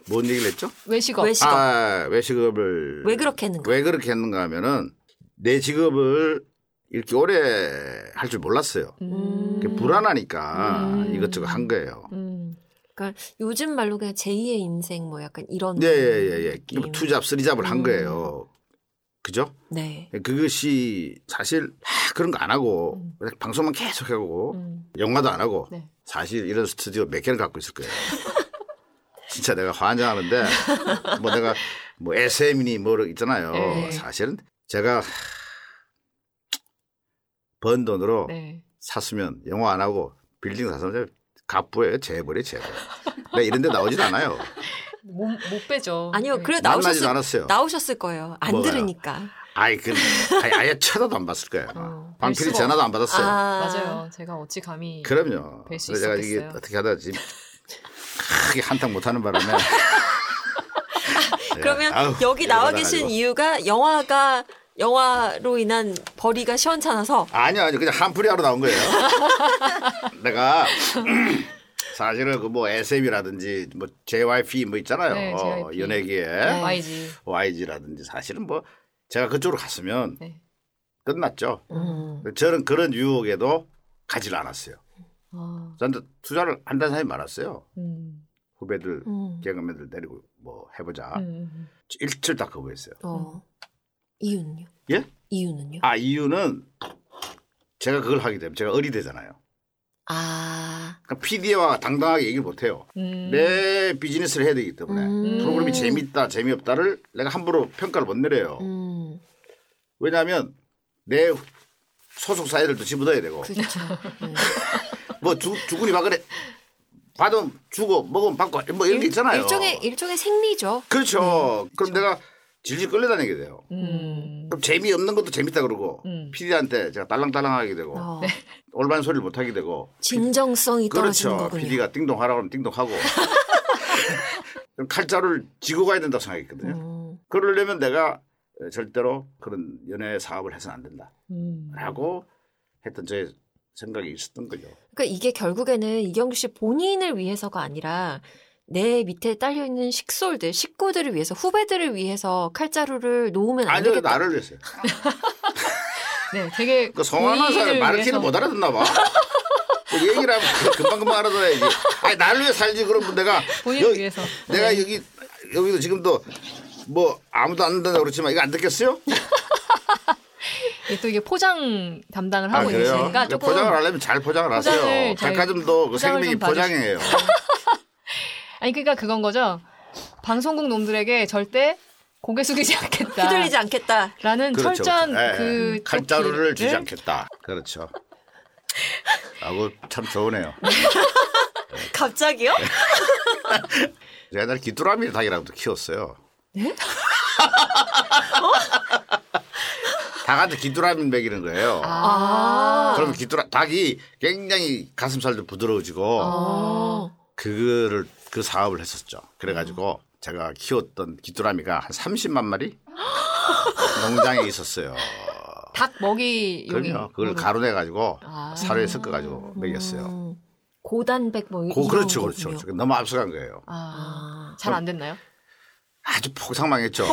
[SPEAKER 4] 뭔 얘기를 했죠?
[SPEAKER 3] 외식업.
[SPEAKER 1] 외식업.
[SPEAKER 4] 아, 왜 직업을
[SPEAKER 1] 왜 그렇게 했는가?
[SPEAKER 4] 왜 그렇게 했는가 하면은 내 직업을 이렇게 오래 할 줄 몰랐어요.
[SPEAKER 3] 음.
[SPEAKER 4] 그게 불안하니까
[SPEAKER 3] 음.
[SPEAKER 4] 이것저것 한 거예요.
[SPEAKER 3] 음.
[SPEAKER 1] 그러니까 요즘 말로 그냥 제2의 인생 뭐 약간 이런.
[SPEAKER 4] 예, 예, 예, 예.
[SPEAKER 1] 느낌.
[SPEAKER 4] 투잡, 쓰리잡을 한
[SPEAKER 1] 음.
[SPEAKER 4] 거예요. 그죠? 예,
[SPEAKER 1] 네.
[SPEAKER 4] 그것이 사실 막 그런 거 안 하고
[SPEAKER 3] 음.
[SPEAKER 4] 그냥 방송만 계속 하고
[SPEAKER 3] 음.
[SPEAKER 4] 영화도 안 하고
[SPEAKER 3] 네.
[SPEAKER 4] 사실 이런 스튜디오 몇 개를 갖고 있을 거예요. (laughs) 진짜 내가 환장하는데 뭐 내가 뭐 SM이니 뭐 있잖아요.
[SPEAKER 3] 네.
[SPEAKER 4] 사실은 제가 번 돈으로
[SPEAKER 3] 네.
[SPEAKER 4] 샀으면 영화 안 하고 빌딩 샀으면 갑부예요. 재벌이 재벌. 내가 이런 데 나오진 않아요.
[SPEAKER 3] 못, 뭐, 못 빼죠.
[SPEAKER 1] 아니요.
[SPEAKER 3] 네.
[SPEAKER 1] 그래
[SPEAKER 4] 만나지도
[SPEAKER 1] 나오셨을
[SPEAKER 4] 않았어요.
[SPEAKER 1] 나오셨을 거예요. 안
[SPEAKER 4] 뭐가요?
[SPEAKER 1] 들으니까.
[SPEAKER 4] 아이 그 아예, 아예 쳐다도 안 봤을 거예요.
[SPEAKER 3] 어, 뵐
[SPEAKER 4] 방필이
[SPEAKER 3] 수가
[SPEAKER 4] 전화도 안 받았어요.
[SPEAKER 3] 맞아요. 제가 어찌 감히
[SPEAKER 4] 그럼요.
[SPEAKER 3] 뵐수
[SPEAKER 4] 그래서 제가 이게
[SPEAKER 3] 있었겠어요.
[SPEAKER 4] 어떻게 하다 지금 크게 한탕
[SPEAKER 3] (laughs)
[SPEAKER 4] 못하는 바람에 예,
[SPEAKER 1] 그러면
[SPEAKER 4] 아우,
[SPEAKER 1] 여기 나와
[SPEAKER 4] 열받아가지고.
[SPEAKER 1] 계신 이유가 영화가 영화로 인한 벌이가 시원찮아서
[SPEAKER 4] 아니요, 아니요. 그냥 한풀이 하러
[SPEAKER 3] (laughs)
[SPEAKER 4] 나온 거예요. 내가 사실은 그 뭐 SM이라든지 뭐 JYP 뭐 있잖아요.
[SPEAKER 3] 네, JYP.
[SPEAKER 4] 연예계에
[SPEAKER 3] 네. YG.
[SPEAKER 4] YG라든지 사실은 뭐 제가 그쪽으로 갔으면
[SPEAKER 3] 네.
[SPEAKER 4] 끝났죠.
[SPEAKER 1] 음.
[SPEAKER 4] 저는 그런 유혹에도 가질 않았어요.
[SPEAKER 3] 아,
[SPEAKER 4] 저는 투자를 한다는 사람이 많았어요.
[SPEAKER 3] 음.
[SPEAKER 4] 후배들,
[SPEAKER 1] 음.
[SPEAKER 4] 개그맨들 데리고 뭐 해보자.
[SPEAKER 3] 음.
[SPEAKER 4] 일출 다 거부했어요.
[SPEAKER 1] 어. 이유는요?
[SPEAKER 4] 예?
[SPEAKER 1] 이유는요?
[SPEAKER 4] 아 이유는 제가 그걸 하게 되면 제가 어리대잖아요.
[SPEAKER 1] 아.
[SPEAKER 4] 그러니까 PD와 당당하게 얘기를 못해요.
[SPEAKER 3] 음.
[SPEAKER 4] 내 비즈니스를 해야 되기 때문에
[SPEAKER 1] 음.
[SPEAKER 4] 프로그램이 재밌다 재미없다를 내가 함부로 평가를 못 내려요.
[SPEAKER 1] 음.
[SPEAKER 4] 왜냐하면 내 소속사 애들도 집어넣어야 되고
[SPEAKER 1] 그렇죠. 음.
[SPEAKER 4] 뭐 주, 주군이 막 그래 받으면 주고 먹으면 받고 뭐 (laughs) 이런 게 있잖아요.
[SPEAKER 1] 일종의 음. 일종의 생리죠.
[SPEAKER 4] 그렇죠. 그럼 내가 질질 끌려다니게 돼요.
[SPEAKER 3] 음.
[SPEAKER 4] 그럼 재미없는 것도 재밌다 그러고
[SPEAKER 3] 음.
[SPEAKER 4] PD한테 제가 딸랑딸랑하게 되고
[SPEAKER 1] 어.
[SPEAKER 4] 올바른 소리를 못하게 되고
[SPEAKER 1] 진정성이 떨어지는
[SPEAKER 4] 네. 그렇죠.
[SPEAKER 1] 거군요.
[SPEAKER 4] PD가 띵동하라고
[SPEAKER 1] (laughs)
[SPEAKER 4] 하면 띵동하고. 칼자루를 쥐고 가야 된다고 생각했거든요.
[SPEAKER 1] 음.
[SPEAKER 4] 그러려면 내가 절대로 그런 연애 사업을 해서는 안 된다라고
[SPEAKER 3] 음.
[SPEAKER 4] 했던 제 생각이 있었던 거죠.
[SPEAKER 1] 그러니까 이게 결국에는 이경규 씨 본인을 위해서가 아니라 내 밑에 딸려 있는 식솔들, 식구들을 위해서, 후배들을 위해서 칼자루를 놓으면 안
[SPEAKER 4] 아니요,
[SPEAKER 1] 되겠다.
[SPEAKER 4] 나를 위해서요.
[SPEAKER 3] 네, 되게
[SPEAKER 4] 그 성화하는 사람이
[SPEAKER 3] 본인을
[SPEAKER 4] 말을
[SPEAKER 3] 위해서.
[SPEAKER 4] 못 알아듣나 봐. 그 얘기를 하면
[SPEAKER 1] (laughs)
[SPEAKER 4] 금방금방 알아들어야지. 아니, 나를 위해 살지. 그러면 내가.
[SPEAKER 3] 본인을
[SPEAKER 4] 여기-
[SPEAKER 3] 위해서.
[SPEAKER 4] 내가 여기, 여기도 지금도 뭐 아무도 안 듣는다 그렇지만 이거 안 듣겠어요?
[SPEAKER 3] 이게 예, 또 이게 포장 담당을
[SPEAKER 4] 아,
[SPEAKER 3] 하고
[SPEAKER 4] 그래요?
[SPEAKER 3] 계시니까 조금
[SPEAKER 4] 포장을 하려면 잘 포장을 하세요.
[SPEAKER 3] 포장을 잘-
[SPEAKER 4] 백화점도 그
[SPEAKER 3] 포장을
[SPEAKER 4] 생명이
[SPEAKER 3] 좀 봐주시-
[SPEAKER 4] 포장이에요.
[SPEAKER 3] 아니 그러니까 그건 거죠. 방송국 놈들에게 절대 고개 숙이지 않겠다.
[SPEAKER 1] 휘둘리지 않겠다.
[SPEAKER 3] 라는
[SPEAKER 4] 그렇죠,
[SPEAKER 3] 철저한
[SPEAKER 4] 그렇죠. 예,
[SPEAKER 3] 그
[SPEAKER 4] 칼자루를 주지
[SPEAKER 3] 조끼를
[SPEAKER 4] 않겠다. 그렇죠. 아고 참 좋으네요.
[SPEAKER 1] 갑자기요?
[SPEAKER 4] 제가 옛날 기뚜라미 닭이라고도 키웠어요.
[SPEAKER 3] 예?
[SPEAKER 4] (laughs) 닭한테 기뚜라미 먹이는 거예요.
[SPEAKER 3] 아.
[SPEAKER 1] 아.
[SPEAKER 4] 그러면 기뚜라 닭이 굉장히 가슴살도 부드러워지고
[SPEAKER 3] 아.
[SPEAKER 1] 어.
[SPEAKER 4] 그거를 그 사업을 했었죠. 그래가지고 제가 키웠던 기뚜라미가 한 30만 마리 농장에 있었어요.
[SPEAKER 3] 닭 먹이 용이
[SPEAKER 4] 그럼요. 그걸
[SPEAKER 3] 뭐를-
[SPEAKER 4] 가루내가지고
[SPEAKER 3] 아.
[SPEAKER 4] 사료에 섞어가지고 먹였어요.
[SPEAKER 1] 음, 고단백
[SPEAKER 3] 음.
[SPEAKER 1] 뭐
[SPEAKER 4] 고,
[SPEAKER 1] 이런
[SPEAKER 4] 그렇죠, 그렇죠,
[SPEAKER 1] 거군요.
[SPEAKER 4] 그렇죠. 너무 앞서간 거예요.
[SPEAKER 3] 아,
[SPEAKER 1] 아.
[SPEAKER 3] 잘 안 됐나요?
[SPEAKER 4] 아주 폭삭망했죠.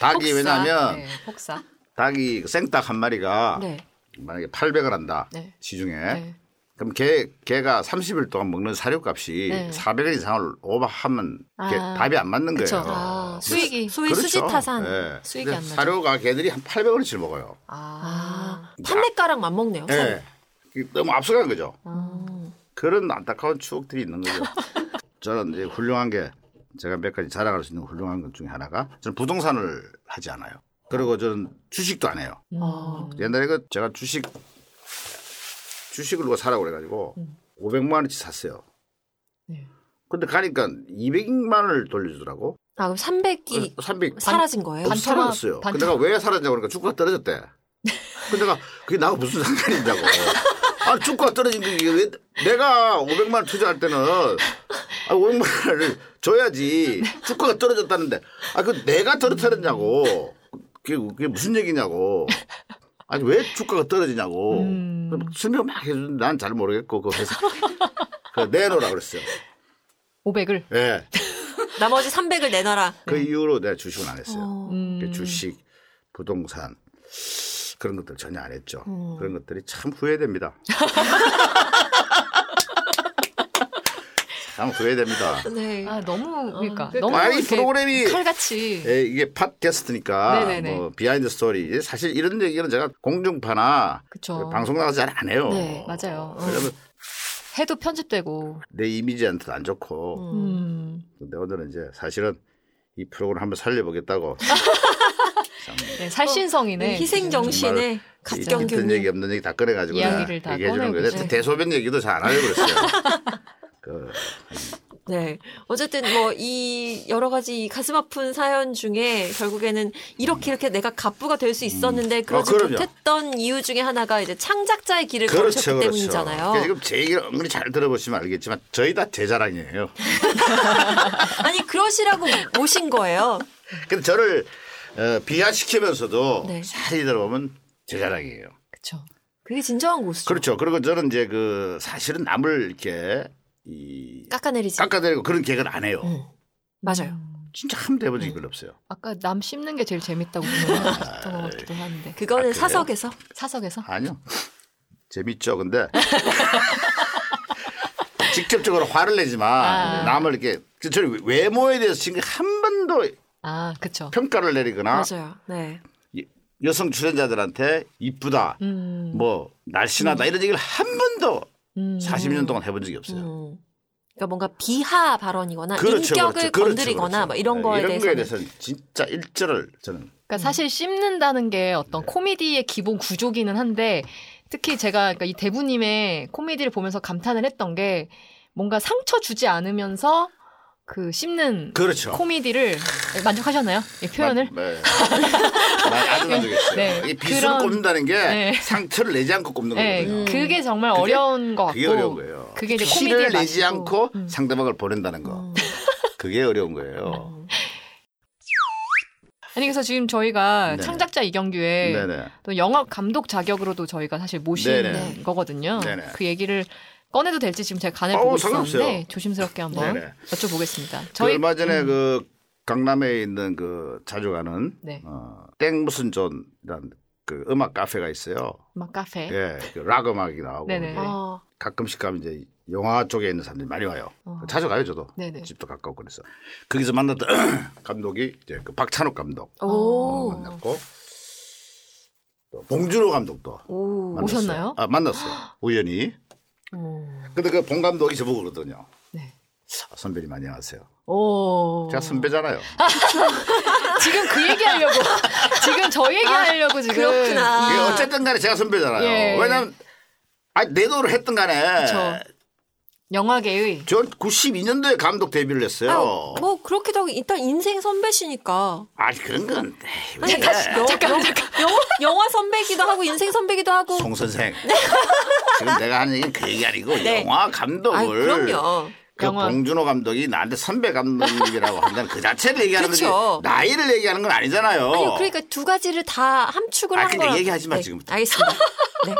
[SPEAKER 4] 닭이
[SPEAKER 3] 폭사.
[SPEAKER 4] 왜냐하면
[SPEAKER 3] 네, 폭사.
[SPEAKER 4] 닭이 그 생닭 한 마리가
[SPEAKER 1] 네.
[SPEAKER 4] 만약에 800을 한다
[SPEAKER 3] 네.
[SPEAKER 4] 시중에
[SPEAKER 3] 네.
[SPEAKER 4] 그럼 걔 걔가 30일 동안 먹는 사료값이
[SPEAKER 3] 네.
[SPEAKER 4] 400원 이상을 오버하면 걔
[SPEAKER 3] 아.
[SPEAKER 4] 답이 안 맞는
[SPEAKER 3] 그쵸.
[SPEAKER 4] 거예요.
[SPEAKER 3] 아,
[SPEAKER 4] 그래서-
[SPEAKER 3] 수익이
[SPEAKER 1] 소위
[SPEAKER 4] 그렇죠.
[SPEAKER 1] 수지타산.
[SPEAKER 4] 예.
[SPEAKER 3] 수익이
[SPEAKER 4] 근데
[SPEAKER 3] 안 나죠.
[SPEAKER 4] 사료가 걔들이 한 800원어치를 먹어요.
[SPEAKER 3] 아.
[SPEAKER 1] 아, 판매가랑 맞먹네요.
[SPEAKER 4] 예.
[SPEAKER 1] 서로.
[SPEAKER 4] 이게 너무 앞서간 거죠.
[SPEAKER 3] 어.
[SPEAKER 1] 음.
[SPEAKER 4] 그런 안타까운 추억들이 있는 거죠. (laughs) 저는 이제 훌륭한 게 제가 몇 가지 자랑할 수 있는 훌륭한 것 중에 하나가 저는 부동산을 하지 않아요. 그리고 저는 주식도 안 해요.
[SPEAKER 3] 음.
[SPEAKER 1] 어.
[SPEAKER 4] 옛날에 그 제가 주식 주식을 누가 사라고 그래가지고 500만 원치 샀어요.
[SPEAKER 3] 음. 네.
[SPEAKER 4] 근데 가니까 200만 원을 돌려주더라고.
[SPEAKER 1] 아 그럼 300이
[SPEAKER 4] 300.
[SPEAKER 1] 사라진 거예요?
[SPEAKER 3] 네, 반- 반토막-
[SPEAKER 4] 사라졌어요.
[SPEAKER 3] 반토막.
[SPEAKER 4] 근데 내가 왜 사라졌냐고 그러니까 주가가 떨어졌대. 근데 내가 그게 나하고 무슨 상관이 있냐고. 아 주가가 떨어진 게 이게 왜 내가 500만 원 투자할 때는 아, 500만 원을 줘야지 주가가 떨어졌다는데 아 그 내가 떨어뜨렸냐고. 그게, 그게 무슨 얘기냐고. 아니 왜 주가가 떨어지냐고.
[SPEAKER 3] 음.
[SPEAKER 4] 그럼 설명 막 해주는데 난 잘 모르겠고 그 회사 그 내놓으라 그랬어요.
[SPEAKER 3] 500을
[SPEAKER 4] 예.
[SPEAKER 1] 나머지 300을 내놔라.
[SPEAKER 4] 그 이후로 내가 주식은 안 했어요.
[SPEAKER 1] 어.
[SPEAKER 4] 그
[SPEAKER 3] 음.
[SPEAKER 4] 주식, 부동산 그런 것들 전혀 안 했죠.
[SPEAKER 3] 어.
[SPEAKER 1] 음.
[SPEAKER 4] 그런 것들이 참 후회됩니다. 참 후회됩니다.
[SPEAKER 1] 네.
[SPEAKER 3] 아, 너무 그러니까 너무
[SPEAKER 4] 아니,
[SPEAKER 3] 이렇게
[SPEAKER 4] 프로그램이-
[SPEAKER 3] 칼같이
[SPEAKER 4] 예, 이게 팟캐스트니까
[SPEAKER 3] 네네네.
[SPEAKER 4] 뭐 비하인드 스토리 사실 이런 얘기는 제가 공중파나
[SPEAKER 3] 그쵸.
[SPEAKER 4] 그 방송 나가서 잘 안 해요.
[SPEAKER 1] 네,
[SPEAKER 3] 맞아요. 어.
[SPEAKER 4] 왜냐면
[SPEAKER 3] 해도 편집되고
[SPEAKER 4] 내 이미지한테도 안 좋고.
[SPEAKER 1] 음.
[SPEAKER 3] 음.
[SPEAKER 4] 근데 오늘은 이제 사실은 이 프로그램 한번 살려보겠다고. 참
[SPEAKER 3] 네, 살신성이네.
[SPEAKER 1] 어, 희생 정신에
[SPEAKER 4] 있던 얘기
[SPEAKER 1] 갓경균.
[SPEAKER 4] 없는 얘기 다 꺼내가지고
[SPEAKER 3] 이야기를 다
[SPEAKER 4] 얘기해 주는
[SPEAKER 3] 꺼내고
[SPEAKER 4] 거예요.
[SPEAKER 3] 이제.
[SPEAKER 4] 대소변 얘기도 잘 안 하려고 그랬어요. 그,
[SPEAKER 1] 네. 어쨌든 뭐 이 여러 가지 이 가슴 아픈 사연 중에 결국에는 이렇게 이렇게 내가 갑부가 될 수 있었는데 그러지
[SPEAKER 4] 음. 아, 그럼요.
[SPEAKER 1] 못했던 이유 중에 하나가 이제 창작자의 길을 걸으셨기
[SPEAKER 4] 그렇죠, 그렇죠.
[SPEAKER 1] 네, 때문이잖아요.
[SPEAKER 4] 그러니까 지금 제 얘기를 은근히 잘 들어보시면 알겠지만 저희 다 제 자랑이에요.
[SPEAKER 1] 아니 그러시라고 모신 거예요.
[SPEAKER 4] 근데 저를 어, 비하시키면서도
[SPEAKER 1] 네.
[SPEAKER 4] 자세히 들어보면 제 자랑이에요.
[SPEAKER 3] 그렇죠.
[SPEAKER 1] 그게 진정한 고수죠.
[SPEAKER 4] 그렇죠. 그리고 저는 이제 그 사실은 남을 이렇게 이
[SPEAKER 1] 깎아내리지.
[SPEAKER 4] 깎아내리고 그런 계획을 안 해요.
[SPEAKER 1] 음. 맞아요.
[SPEAKER 4] 진짜 한 번도 해본 적이 별로 없어요.
[SPEAKER 3] 아까 남 씹는 게 제일
[SPEAKER 4] (laughs)
[SPEAKER 3] 재밌다고 생각했던 것 같기도 한데 그
[SPEAKER 1] 그거는
[SPEAKER 4] 아, 그래요?
[SPEAKER 1] 사석에서
[SPEAKER 3] 사석에서
[SPEAKER 4] 아니요. 재밌죠. 근데 (laughs) 직접적으로 화를 내지만
[SPEAKER 3] 아.
[SPEAKER 4] 남을 이렇게 저는 외모에 대해서 지금 한 번도
[SPEAKER 3] 아 그렇죠.
[SPEAKER 4] 평가를 내리거나
[SPEAKER 1] 맞아요. 네.
[SPEAKER 4] 이- 여성 출연자들한테 이쁘다,
[SPEAKER 3] 음,
[SPEAKER 4] 뭐 날씬하다 이런 얘기를 한 번도
[SPEAKER 3] 음.
[SPEAKER 4] 40년 동안 해본 적이 없어요.
[SPEAKER 1] 음. 그러니까 뭔가 비하 발언이거나
[SPEAKER 4] 그렇죠,
[SPEAKER 1] 인격을
[SPEAKER 4] 그렇죠, 그렇죠,
[SPEAKER 1] 건드리거나
[SPEAKER 4] 그렇죠.
[SPEAKER 1] 막 이런
[SPEAKER 4] 네,
[SPEAKER 1] 거에
[SPEAKER 4] 이런
[SPEAKER 1] 대해서
[SPEAKER 4] 거에 대해서는 진짜 일절을 저는
[SPEAKER 3] 그러니까 사실 씹는다는 게 어떤 코미디의 기본 구조기는 한데 특히 제가 그러니까 이 대부님의 코미디를 보면서 감탄을 했던 게 뭔가 상처 주지 않으면서 그 씹는
[SPEAKER 4] 그렇죠.
[SPEAKER 3] 코미디를 만족하셨나요? 이 표현을
[SPEAKER 4] 마- 네. 많이 아주 만족했어요.
[SPEAKER 3] 네.
[SPEAKER 4] 이 빗을
[SPEAKER 3] 그런-
[SPEAKER 4] 꼽는다는 게
[SPEAKER 3] 네.
[SPEAKER 4] 상처를 내지 않고 꼽는
[SPEAKER 3] 네,
[SPEAKER 4] 거거든요.
[SPEAKER 3] 그게 정말
[SPEAKER 4] 그게-
[SPEAKER 3] 어려운 것 같고
[SPEAKER 4] 그게 어려운 거예요.
[SPEAKER 3] 그게 이제
[SPEAKER 4] 피를
[SPEAKER 3] 코미디의
[SPEAKER 4] 내지
[SPEAKER 3] 맛이고.
[SPEAKER 4] 않고
[SPEAKER 3] 음.
[SPEAKER 4] 상대방을 보낸다는 거.
[SPEAKER 1] 음.
[SPEAKER 4] 그게 어려운 거예요.
[SPEAKER 3] 아니 그래서 지금 저희가
[SPEAKER 4] 네네.
[SPEAKER 3] 창작자 이경규의
[SPEAKER 4] 네네. 그
[SPEAKER 3] 또 영업 감독 자격으로도 저희가 사실 모신
[SPEAKER 4] 네네.
[SPEAKER 3] 거거든요.
[SPEAKER 4] 네네.
[SPEAKER 3] 그 얘기를 꺼내도 될지 지금 제가 간을
[SPEAKER 4] 어우,
[SPEAKER 3] 보고
[SPEAKER 4] 상관없어요.
[SPEAKER 3] 있었는데 조심스럽게 한번
[SPEAKER 4] 네네.
[SPEAKER 3] 여쭤보겠습니다.
[SPEAKER 4] 저
[SPEAKER 3] 저희 음.
[SPEAKER 4] 얼마 전에 그 강남에 있는 그 자주 가는
[SPEAKER 3] 네.
[SPEAKER 4] 어, 땡 무슨 존이라는 그 음악 카페가 있어요.
[SPEAKER 3] 음악 카페
[SPEAKER 4] 예, 그락 음악이 나오고
[SPEAKER 3] 네. 네네.
[SPEAKER 4] 이제
[SPEAKER 1] 어,
[SPEAKER 4] 가끔씩 가면 이제 영화 쪽에 있는 사람들이 많이 와요.
[SPEAKER 3] 어.
[SPEAKER 4] 자주 가요 저도.
[SPEAKER 3] 네네.
[SPEAKER 4] 집도 가까워 그래서 거기서 만났던 (clears throat) 감독이 이제 그 박찬욱 감독
[SPEAKER 1] 오.
[SPEAKER 4] 만났고 또 봉준호 감독도
[SPEAKER 1] 오.
[SPEAKER 4] 만났어요.
[SPEAKER 3] 오셨나요?
[SPEAKER 4] 아,
[SPEAKER 3] (gasps)
[SPEAKER 4] 만났어요. 우연히.
[SPEAKER 3] 오.
[SPEAKER 4] 근데 그 봉 감독이 저보고 그러거든요.
[SPEAKER 3] 네.
[SPEAKER 4] 아, 선배님 안녕하세요.
[SPEAKER 3] 오.
[SPEAKER 4] 제가 선배잖아요.
[SPEAKER 3] 지금 그
[SPEAKER 4] (laughs)
[SPEAKER 3] 얘기하려고. 지금 저 얘기하려고 지금.
[SPEAKER 1] 아, 그렇구나.
[SPEAKER 4] 이게 어쨌든 간에 제가 선배잖아요.
[SPEAKER 3] 예.
[SPEAKER 4] 왜냐면 아니, 내 돈으로 했던 간에
[SPEAKER 3] 그쵸. 영화계의
[SPEAKER 4] 전 92년도에 감독 데뷔를 했어요.
[SPEAKER 1] 아, 뭐 그렇기도 하고 일단 인생 선배시니까
[SPEAKER 4] 아니 그런 건
[SPEAKER 1] 아니, 다시 여- 여- 영화, 영화 선배기도 하고 인생 선배기도 하고
[SPEAKER 4] 송 선생 지금 내가 하는 얘기는 그 얘기 아니고
[SPEAKER 1] 네.
[SPEAKER 4] 영화
[SPEAKER 1] 아
[SPEAKER 4] 감독을
[SPEAKER 1] 그럼요
[SPEAKER 4] 그
[SPEAKER 3] 영화.
[SPEAKER 4] 봉준호 감독이 나한테 선배 감독이라고 한다는 그 자체를 얘기하는 거지
[SPEAKER 1] 그쵸.
[SPEAKER 4] 나이를 얘기하는 건 아니잖아요.
[SPEAKER 1] 아니 그러니까 두 가지를 다 함축을
[SPEAKER 4] 아,
[SPEAKER 1] 한
[SPEAKER 4] 근데
[SPEAKER 1] 거라
[SPEAKER 4] 얘기하지 마,
[SPEAKER 1] 네,
[SPEAKER 4] 지금부터.
[SPEAKER 1] 알겠습니다 네.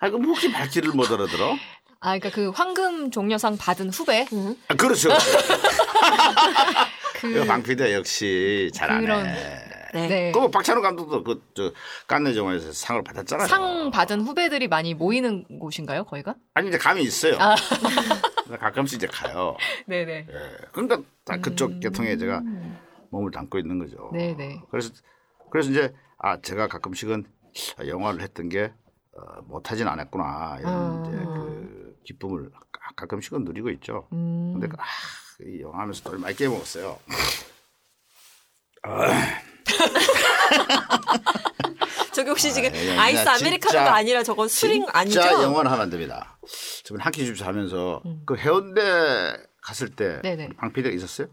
[SPEAKER 4] 아, 그럼 혹시 발길을 못 알아들어?
[SPEAKER 3] 아 그러니까 그 황금 종려상 받은 후배
[SPEAKER 1] 음.
[SPEAKER 4] 아, 그렇죠.
[SPEAKER 3] (laughs) 그
[SPEAKER 4] 방피대 역시 잘하네.
[SPEAKER 3] 그런-
[SPEAKER 1] 네.
[SPEAKER 3] 네.
[SPEAKER 4] 그뭐 박찬호 감독도 그저 깐네 영화에서 상을 받았잖아요.
[SPEAKER 3] 상 받은 후배들이 많이 모이는 곳인가요, 거기가?
[SPEAKER 4] 아니 이제 감이 있어요. (laughs) 가끔씩 이제 가요.
[SPEAKER 3] 네네.
[SPEAKER 4] 예. 그러니까 다 그쪽 계통에 제가 몸을 담고 있는 거죠.
[SPEAKER 3] 음. 네네.
[SPEAKER 4] 그래서 그래서 이제 아 제가 가끔씩은 영화를 했던 게 어, 못하진 않았구나
[SPEAKER 3] 아.
[SPEAKER 4] 이런 이제 그 기쁨을 가- 가끔씩은 누리고 있죠.
[SPEAKER 3] 음.
[SPEAKER 4] 근데 아, 이 영화 하면서 돈을 많이 깨먹었어요.
[SPEAKER 1] 저기 혹시 지금
[SPEAKER 4] 야, 야,
[SPEAKER 1] 아이스
[SPEAKER 4] 진짜,
[SPEAKER 1] 아메리카노가 아니라 저건 술인 거 아니죠?
[SPEAKER 4] 진짜 영화는 하면 안 됩니다. 저번 한끼 집 사면서 그 해운대 갔을 때
[SPEAKER 3] 음. 네네.
[SPEAKER 4] 방피대가 있었어요?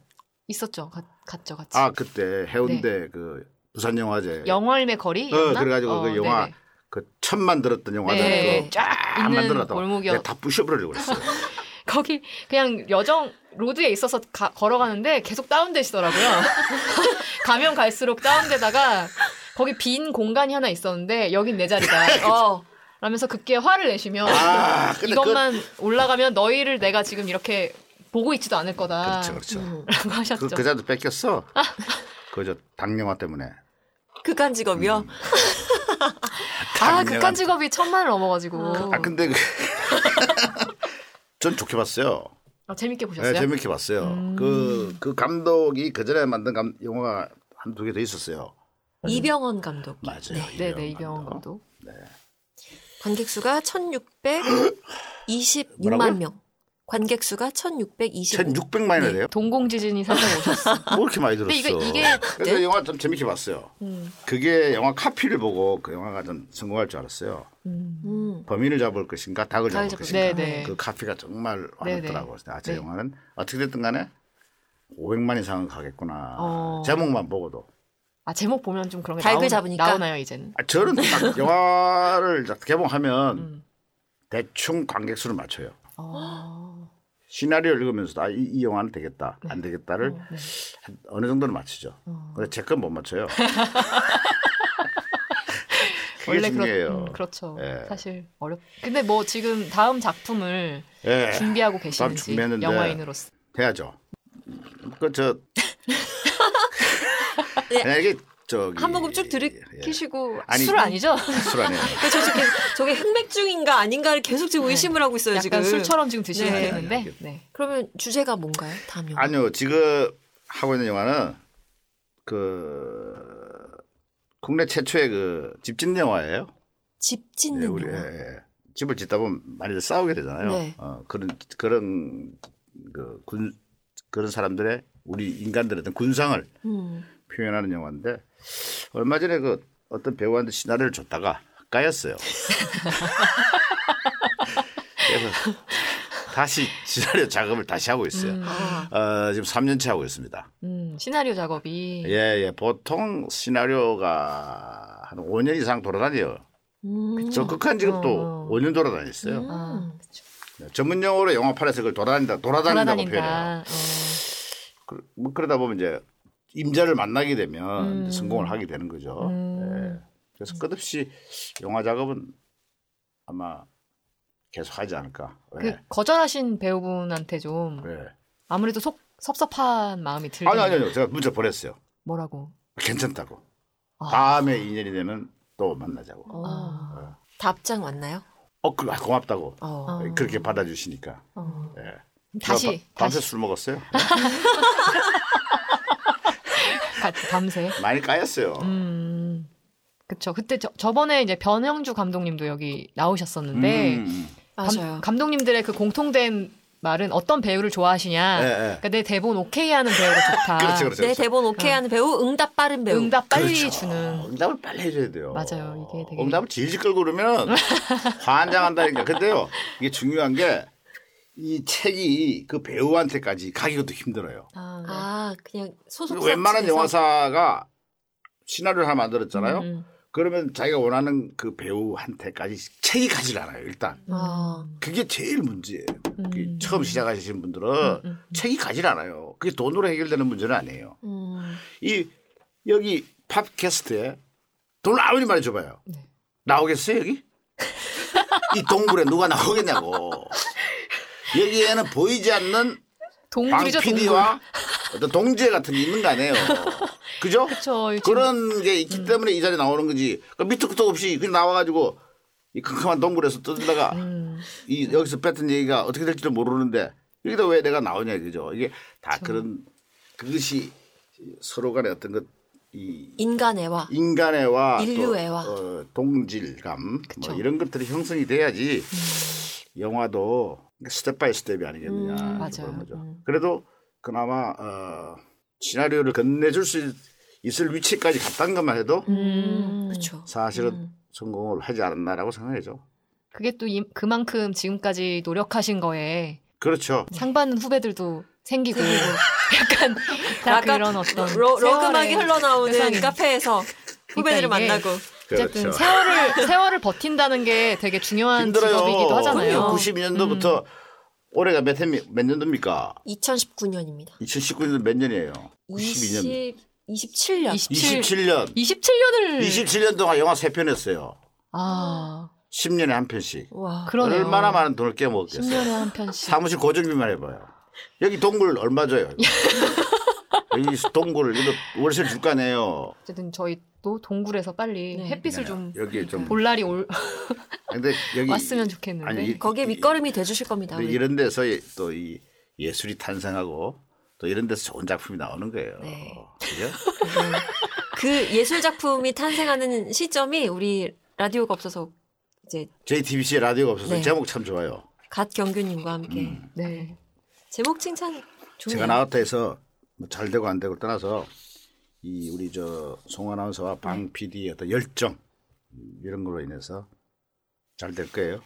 [SPEAKER 3] 있었죠. 가- 갔죠, 같이.
[SPEAKER 4] 아 그때 해운대 그 부산 영화제
[SPEAKER 3] 네. 영월매 거리?
[SPEAKER 4] 어, 그래가지고 그 영화 그 천만 들었던 영화들
[SPEAKER 3] 네.
[SPEAKER 4] 그거 쫙
[SPEAKER 3] 있는
[SPEAKER 4] 만들어놨다.
[SPEAKER 3] 골목이었-
[SPEAKER 4] 내가 다
[SPEAKER 3] (laughs)
[SPEAKER 4] 부셔버리려고 그랬어요.
[SPEAKER 3] 거기 그냥 여정 로드에 있어서 가- 걸어가는데 계속 다운되시더라고요. (laughs) 가면 갈수록 다운되다가 거기 빈 공간이 하나 있었는데 여긴 내 자리다. 어. 라면서 그게 화를 내시며
[SPEAKER 4] 아, 근데
[SPEAKER 3] 이것만 올라가면 너희를 내가 지금 이렇게 보고 있지도 않을
[SPEAKER 4] 그,
[SPEAKER 3] 거다.
[SPEAKER 4] 그렇죠, 그렇죠.
[SPEAKER 3] 라고 하셨죠. 아.
[SPEAKER 4] 그, 그 자도 뺏겼어. 그저 당영화 때문에.
[SPEAKER 1] 극한 직업이요?
[SPEAKER 3] 아,
[SPEAKER 4] 당연한-
[SPEAKER 3] 극한 직업이 천만을 넘어가지고.
[SPEAKER 4] 아 근데 그... (laughs) 전 좋게 봤어요.
[SPEAKER 3] 아, 재밌게
[SPEAKER 4] 네,
[SPEAKER 3] 보셨어요? 음.
[SPEAKER 4] 재밌게 봤어요. 그, 그 감독이 그 전에 만든 감, 영화가 한 두 개 더 있었어요. 음.
[SPEAKER 1] 이병헌 감독
[SPEAKER 4] 맞아요.
[SPEAKER 3] 네, 네, 이병헌 감독.
[SPEAKER 1] 관객 수가 1626만
[SPEAKER 4] 뭐라고요?
[SPEAKER 1] 명 관객 수가 1625만
[SPEAKER 4] 1600만이나 돼요?
[SPEAKER 3] 동공 지진이 살짝 오셨어.
[SPEAKER 4] 뭐 이렇게 많이 들었어?
[SPEAKER 3] 네. (laughs) 근데 이게- 이게 네? 음.
[SPEAKER 4] 그래서 영화 좀 재밌게 봤어요. 그게 영화 카피를 보고 그 영화가 좀 성공할 줄 알았어요.
[SPEAKER 1] 음.
[SPEAKER 4] 범인을 잡을 것인가 닭을 잡을
[SPEAKER 1] 닭을 잡을
[SPEAKER 4] 것인가
[SPEAKER 3] 네네.
[SPEAKER 4] 그 카피가 정말 와닿더라고요. 아, 저
[SPEAKER 3] 네.
[SPEAKER 4] 영화는 어떻게 됐든 간에 500만 이상은 가겠구나.
[SPEAKER 3] 어.
[SPEAKER 4] 제목만 보고도.
[SPEAKER 3] 아, 제목 보면 좀 그런 게
[SPEAKER 1] 닭을
[SPEAKER 3] 나오,
[SPEAKER 1] 잡으니까?
[SPEAKER 3] 나오나요, 이제는?
[SPEAKER 4] 아, 저는 딱 (laughs) 영화를 딱 개봉하면
[SPEAKER 3] 음.
[SPEAKER 4] 대충 관객 수를 맞춰요.
[SPEAKER 3] 어.
[SPEAKER 4] 시나리오를 읽으면서도 아, 이, 이 영화는 되겠다 안 되겠다를
[SPEAKER 1] 어.
[SPEAKER 3] 네.
[SPEAKER 4] 한 어느 정도는 맞추죠. 근데 제 건
[SPEAKER 1] (laughs)
[SPEAKER 4] 못 맞춰요. 그게
[SPEAKER 3] 원래
[SPEAKER 4] 중요해요.
[SPEAKER 3] 그렇, 음, 그렇죠.
[SPEAKER 4] 예.
[SPEAKER 3] 사실 어렵. 근데 뭐 지금 다음 작품을
[SPEAKER 4] 예,
[SPEAKER 3] 준비하고
[SPEAKER 4] 다음
[SPEAKER 3] 계시는지
[SPEAKER 4] 준비했는데.
[SPEAKER 3] 영화인으로서.
[SPEAKER 4] 해야죠. 그저
[SPEAKER 1] (laughs) 예.
[SPEAKER 4] 그냥 이게 저기
[SPEAKER 1] 한 모금 쭉
[SPEAKER 4] 예.
[SPEAKER 1] 들이키시고
[SPEAKER 4] 아니,
[SPEAKER 3] 술 아니죠?
[SPEAKER 4] 술 아니에요.
[SPEAKER 1] 그러니까 저 지금 저게 흑맥 중인가 아닌가를 계속 지금 의심을 하고 있어요
[SPEAKER 3] 약간
[SPEAKER 1] 지금.
[SPEAKER 3] 술처럼 지금 드시는
[SPEAKER 1] 네.
[SPEAKER 3] 네. 데
[SPEAKER 4] 아니,
[SPEAKER 3] 네.
[SPEAKER 1] 그러면 주제가 뭔가요? 다음 영화.
[SPEAKER 4] (laughs) 아니요 지금 하고 있는 영화는 그 국내 최초의 그 집진 영화예요.
[SPEAKER 1] 집
[SPEAKER 4] 예,
[SPEAKER 1] 짓는
[SPEAKER 4] 우리
[SPEAKER 1] 영화.
[SPEAKER 4] 예, 예. 집을 짓다 보면 많이들 싸우게 되잖아요.
[SPEAKER 1] 네.
[SPEAKER 4] 어, 그런 그런 그 군 그런 사람들의 우리 인간들의 어떤 군상을
[SPEAKER 1] 음.
[SPEAKER 4] 표현하는 영화인데 얼마 전에 그 어떤 배우한테 시나리오를 줬다가
[SPEAKER 1] (laughs)
[SPEAKER 4] 까였어요. 그래서 다시 시나리오 작업을 다시 하고 있어요.
[SPEAKER 1] 아,
[SPEAKER 4] 어, 지금 3년째 하고 있습니다.
[SPEAKER 3] 음, 시나리오 작업이
[SPEAKER 1] 네.
[SPEAKER 4] 예, 예. 보통 시나리오가 한 5년 이상 돌아다녀요.
[SPEAKER 1] 음.
[SPEAKER 4] 저 극한 지금
[SPEAKER 3] 어.
[SPEAKER 4] 또 5년 돌아다녔어요.
[SPEAKER 3] 아,
[SPEAKER 4] 네, 전문 용어로 영화판에서 그걸 돌아다닌다, 돌아다닌다고 표현해요.
[SPEAKER 3] 돌아다닌다. 어.
[SPEAKER 4] 그, 뭐 그러다 보면 이제 임자를 만나게 되면
[SPEAKER 3] 음.
[SPEAKER 4] 이제 성공을 하게 되는 거죠.
[SPEAKER 3] 음.
[SPEAKER 4] 예. 그래서 끝없이 영화 작업은 아마 계속 하지 않을까. 네. 왜?
[SPEAKER 3] 그 거절하신 배우분한테 좀
[SPEAKER 4] 왜?
[SPEAKER 3] 아무래도 속 섭섭한 마음이 들고
[SPEAKER 4] 네. 아니, 아니, 아니. 제가 문자 보냈어요.
[SPEAKER 3] 뭐라고?
[SPEAKER 4] 괜찮다고.
[SPEAKER 3] 아.
[SPEAKER 4] 다음에 인연이 되면 또 만나자고. 네.
[SPEAKER 1] 어. 답장 왔나요?
[SPEAKER 4] 어, 그, 아, 고맙다고.
[SPEAKER 1] 어.
[SPEAKER 3] 어.
[SPEAKER 4] 그렇게 받아주시니까.
[SPEAKER 3] 어.
[SPEAKER 4] 예.
[SPEAKER 3] 다시
[SPEAKER 4] 바- 밤새
[SPEAKER 3] 다시
[SPEAKER 4] 술 먹었어요.
[SPEAKER 3] 가- 밤새.
[SPEAKER 4] 많이 까였어요.
[SPEAKER 3] 음. 그쵸. 그때 저, 번에 이제 변영주 감독님도 여기 나오셨었는데
[SPEAKER 4] 음.
[SPEAKER 1] 맞아요.
[SPEAKER 3] 감, 독님들의그 공통된 말은 어떤 배우를 좋아하시냐. 아, 네,
[SPEAKER 4] 예, 예.
[SPEAKER 3] 그러니까 내 대본 오케이 하는 배우가 좋다.
[SPEAKER 4] (laughs) 그렇죠, 그렇죠.
[SPEAKER 1] 내 네, 대본 오케이 하는 배우, 어. 응답 빠른 배우.
[SPEAKER 3] 응답 빨리
[SPEAKER 4] 그렇죠.
[SPEAKER 3] 주는.
[SPEAKER 4] 응답을 빨리 해줘야 돼요.
[SPEAKER 3] 맞아요. 이게 되게-
[SPEAKER 4] 응답을 질질
[SPEAKER 3] (laughs)
[SPEAKER 4] 끌고 그러면 환장한다니까. 근데요, 이게 중요한 게 이 책이 그 배우한테까지 가기도 힘들어요.
[SPEAKER 3] 아, 네.
[SPEAKER 1] 아, 그냥 소속
[SPEAKER 4] 웬만한 영화사가 시나리오를 하나 만들었잖아요.
[SPEAKER 3] 음,
[SPEAKER 4] 그러면 자기가 원하는 그 배우한테까지 책이 가질 않아요. 일단
[SPEAKER 1] 아,
[SPEAKER 4] 그게 제일 문제예요. 그
[SPEAKER 3] 음.
[SPEAKER 4] 처음 시작하시는 분들은
[SPEAKER 3] 음,
[SPEAKER 4] 책이 가질 않아요. 그게 돈으로 해결되는 문제는 아니에요.
[SPEAKER 1] 음.
[SPEAKER 4] 이 여기 팟캐스트에 돈을 아무리 많이 줘봐요.
[SPEAKER 3] 네.
[SPEAKER 4] 나오겠어요 여기? 이 동굴에 누가 나오겠냐고. 여기에는 보이지 않는 방
[SPEAKER 3] 동굴이죠, 동굴.
[SPEAKER 4] PD와 어떤 동지애 같은 게 있는 거 아니에요. 그죠?
[SPEAKER 3] (laughs) 그쵸, 음. 요즘-
[SPEAKER 4] 그런 게 있기 때문에 이 자리에 나오는 거지. 그 밑도 끝도 없이 그냥 나와가지고 이 캄캄한 동굴에서 떠들다가
[SPEAKER 3] 음.
[SPEAKER 4] 이 여기서 뱉은 얘기가 어떻게 될지도 모르는데 여기다 왜 내가 나오냐 이거죠. 이게 다 그런 그것이 서로 간에 어떤 것이
[SPEAKER 1] 인간애와.
[SPEAKER 4] 인간애와
[SPEAKER 1] 인류애와.
[SPEAKER 4] 또, 어, 동질감
[SPEAKER 3] 그쵸.
[SPEAKER 4] 뭐 이런 것들이 형성이 돼야지 영화도 스텝 바이 스텝이 아니겠느냐
[SPEAKER 1] 음,
[SPEAKER 4] 그런
[SPEAKER 3] 맞아요.
[SPEAKER 4] 거죠.
[SPEAKER 3] 음.
[SPEAKER 4] 그래도 그나마 어, 시나리오를 건네줄 수 있- 있을 위치까지 갔다는 것만 해도
[SPEAKER 1] 음, 그렇죠.
[SPEAKER 4] 사실은 성공을 하지 않았나라고 생각해죠.
[SPEAKER 3] 그게 또 이- 그만큼 지금까지 노력하신 거에
[SPEAKER 4] 그렇죠.
[SPEAKER 3] 상반 후배들도 생기고 (laughs) 약간
[SPEAKER 1] 네.
[SPEAKER 3] 다
[SPEAKER 1] 약간
[SPEAKER 3] 그런 어떤
[SPEAKER 1] 러, 러그막이
[SPEAKER 3] 세월의-
[SPEAKER 1] 흘러나오는
[SPEAKER 3] 세상에.
[SPEAKER 1] 카페에서 후배들을
[SPEAKER 3] 그러니까 이게
[SPEAKER 1] 만나고
[SPEAKER 3] 어쨌든
[SPEAKER 4] (laughs)
[SPEAKER 3] 세월을 세월을 버틴다는 게 되게 중요한
[SPEAKER 4] 그렇죠. 힘들어요.
[SPEAKER 3] 아, 직업이기도 하잖아요. 음.
[SPEAKER 1] 그럼요.
[SPEAKER 4] 92년도부터 올해가 몇, 해, 몇 년도입니까?
[SPEAKER 1] 2019년입니다.
[SPEAKER 4] 2019년도 몇 년이에요? 92년.
[SPEAKER 1] 27년.
[SPEAKER 3] 27
[SPEAKER 4] 27년.
[SPEAKER 3] 27년을
[SPEAKER 4] 27년 동안 영화 3편 했어요.
[SPEAKER 3] 아
[SPEAKER 4] 10년에 한 편씩.
[SPEAKER 1] 와.
[SPEAKER 3] 그러네요.
[SPEAKER 4] 얼마나 많은 돈을 깨먹었겠어요.
[SPEAKER 3] 10년에 한 편씩
[SPEAKER 4] 사무실 고정비만 해봐요. 여기 동굴 얼마
[SPEAKER 3] (laughs)
[SPEAKER 4] 줘요? 이거? 여기 동굴 이거 월세 줄 거 아니에요.
[SPEAKER 3] 어쨌든 저희 또 동굴에서 빨리
[SPEAKER 1] 네.
[SPEAKER 3] 햇빛을 좀
[SPEAKER 4] 여기 좀
[SPEAKER 3] 볼 날이 올
[SPEAKER 4] 근데 여기
[SPEAKER 3] 왔으면 좋겠는데
[SPEAKER 4] 아니, 이-
[SPEAKER 1] 거기에 밑거름이 돼 주실 겁니다.
[SPEAKER 4] 근데
[SPEAKER 1] 우리.
[SPEAKER 4] 이런 데서 또 이 예술이 탄생하고 또 이런 데서 좋은 작품이 나오는 거예요.
[SPEAKER 1] 네.
[SPEAKER 4] 그죠?
[SPEAKER 1] 그 예술 작품이 탄생하는 시점이 우리 라디오가 없어서 이제
[SPEAKER 4] JTBC 라디오가 없어서
[SPEAKER 1] 네.
[SPEAKER 4] 제목 참 좋아요.
[SPEAKER 1] 갓 경규님과 함께
[SPEAKER 3] 네.
[SPEAKER 1] 제목 칭찬 좋네요.
[SPEAKER 4] 음. 제가 나왔다 해서 뭐잘 되고 안 되고 떠나서 이 우리 저송
[SPEAKER 3] 네.
[SPEAKER 4] 아나운서와 방 PD의 어떤 열정 이런 걸로 인해서 잘 될 거예요.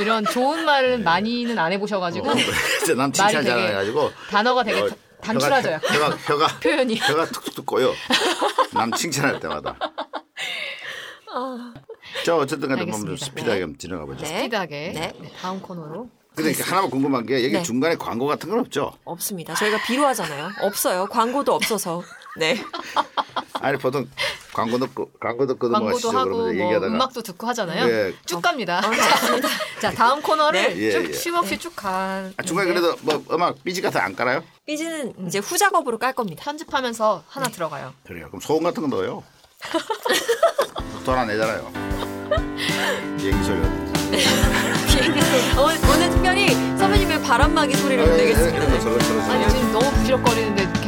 [SPEAKER 3] 이런 좋은 말은 많이는 안 해보셔가지고
[SPEAKER 4] 네. 어, 그래서 난 칭찬
[SPEAKER 3] 말이 되게
[SPEAKER 4] 잘해가지고
[SPEAKER 3] 단어가 되게
[SPEAKER 4] 어,
[SPEAKER 3] 다- 단출하죠
[SPEAKER 4] 혀가,
[SPEAKER 3] 약간
[SPEAKER 4] 혀가 혀가
[SPEAKER 1] 네.
[SPEAKER 3] 표현이
[SPEAKER 4] 혀가 툭툭툭 꼬여. 남 칭찬할 때마다. 자 어쨌든 간에 좀
[SPEAKER 3] 아. 알겠습니다.
[SPEAKER 4] 스피드하게 한번 지나가 보죠.
[SPEAKER 1] 네.
[SPEAKER 3] 스피드하게
[SPEAKER 1] 네.
[SPEAKER 3] 네, 다음 코너로
[SPEAKER 4] 근데 이렇게 하나만 궁금한 게 여기
[SPEAKER 1] 네.
[SPEAKER 4] 중간에 광고 같은 건 없죠?
[SPEAKER 1] 없습니다. 저희가 비로하잖아요. 없어요. 광고도 없어서. 네.
[SPEAKER 4] 아니 보통 광고 넣고 광고 넣고
[SPEAKER 3] 광고도
[SPEAKER 4] 넘어가시죠
[SPEAKER 3] 하고 뭐
[SPEAKER 4] 그러면 얘기하다가
[SPEAKER 3] 음악도 듣고 하잖아요.
[SPEAKER 4] 예.
[SPEAKER 3] 쭉 갑니다.
[SPEAKER 1] 어, 네.
[SPEAKER 3] (laughs) 자, 자, 다음 코너를
[SPEAKER 4] 네. 예,
[SPEAKER 3] 쭉
[SPEAKER 4] 예.
[SPEAKER 3] 쉼없이 쭉 가.
[SPEAKER 4] 아, 중간에 그래도 뭐 음악 삐지 같은 거안 깔아요?
[SPEAKER 1] 삐지는
[SPEAKER 3] 음.
[SPEAKER 1] 이제 후작업으로 깔 겁니다. (laughs)
[SPEAKER 3] 편집하면서 하나 들어가요.
[SPEAKER 4] 그래요. 그럼 소음 같은 거
[SPEAKER 3] (laughs)
[SPEAKER 4] 넣어요. 돈 안 내잖아요. 얘기 소리.
[SPEAKER 1] 오늘, 오늘 특별히 선배님의 바람막이 소리를 내겠습니다.
[SPEAKER 4] 이런 거 저런 저런
[SPEAKER 3] 아니
[SPEAKER 4] 저런.
[SPEAKER 3] 지금 너무 부지럭거리는데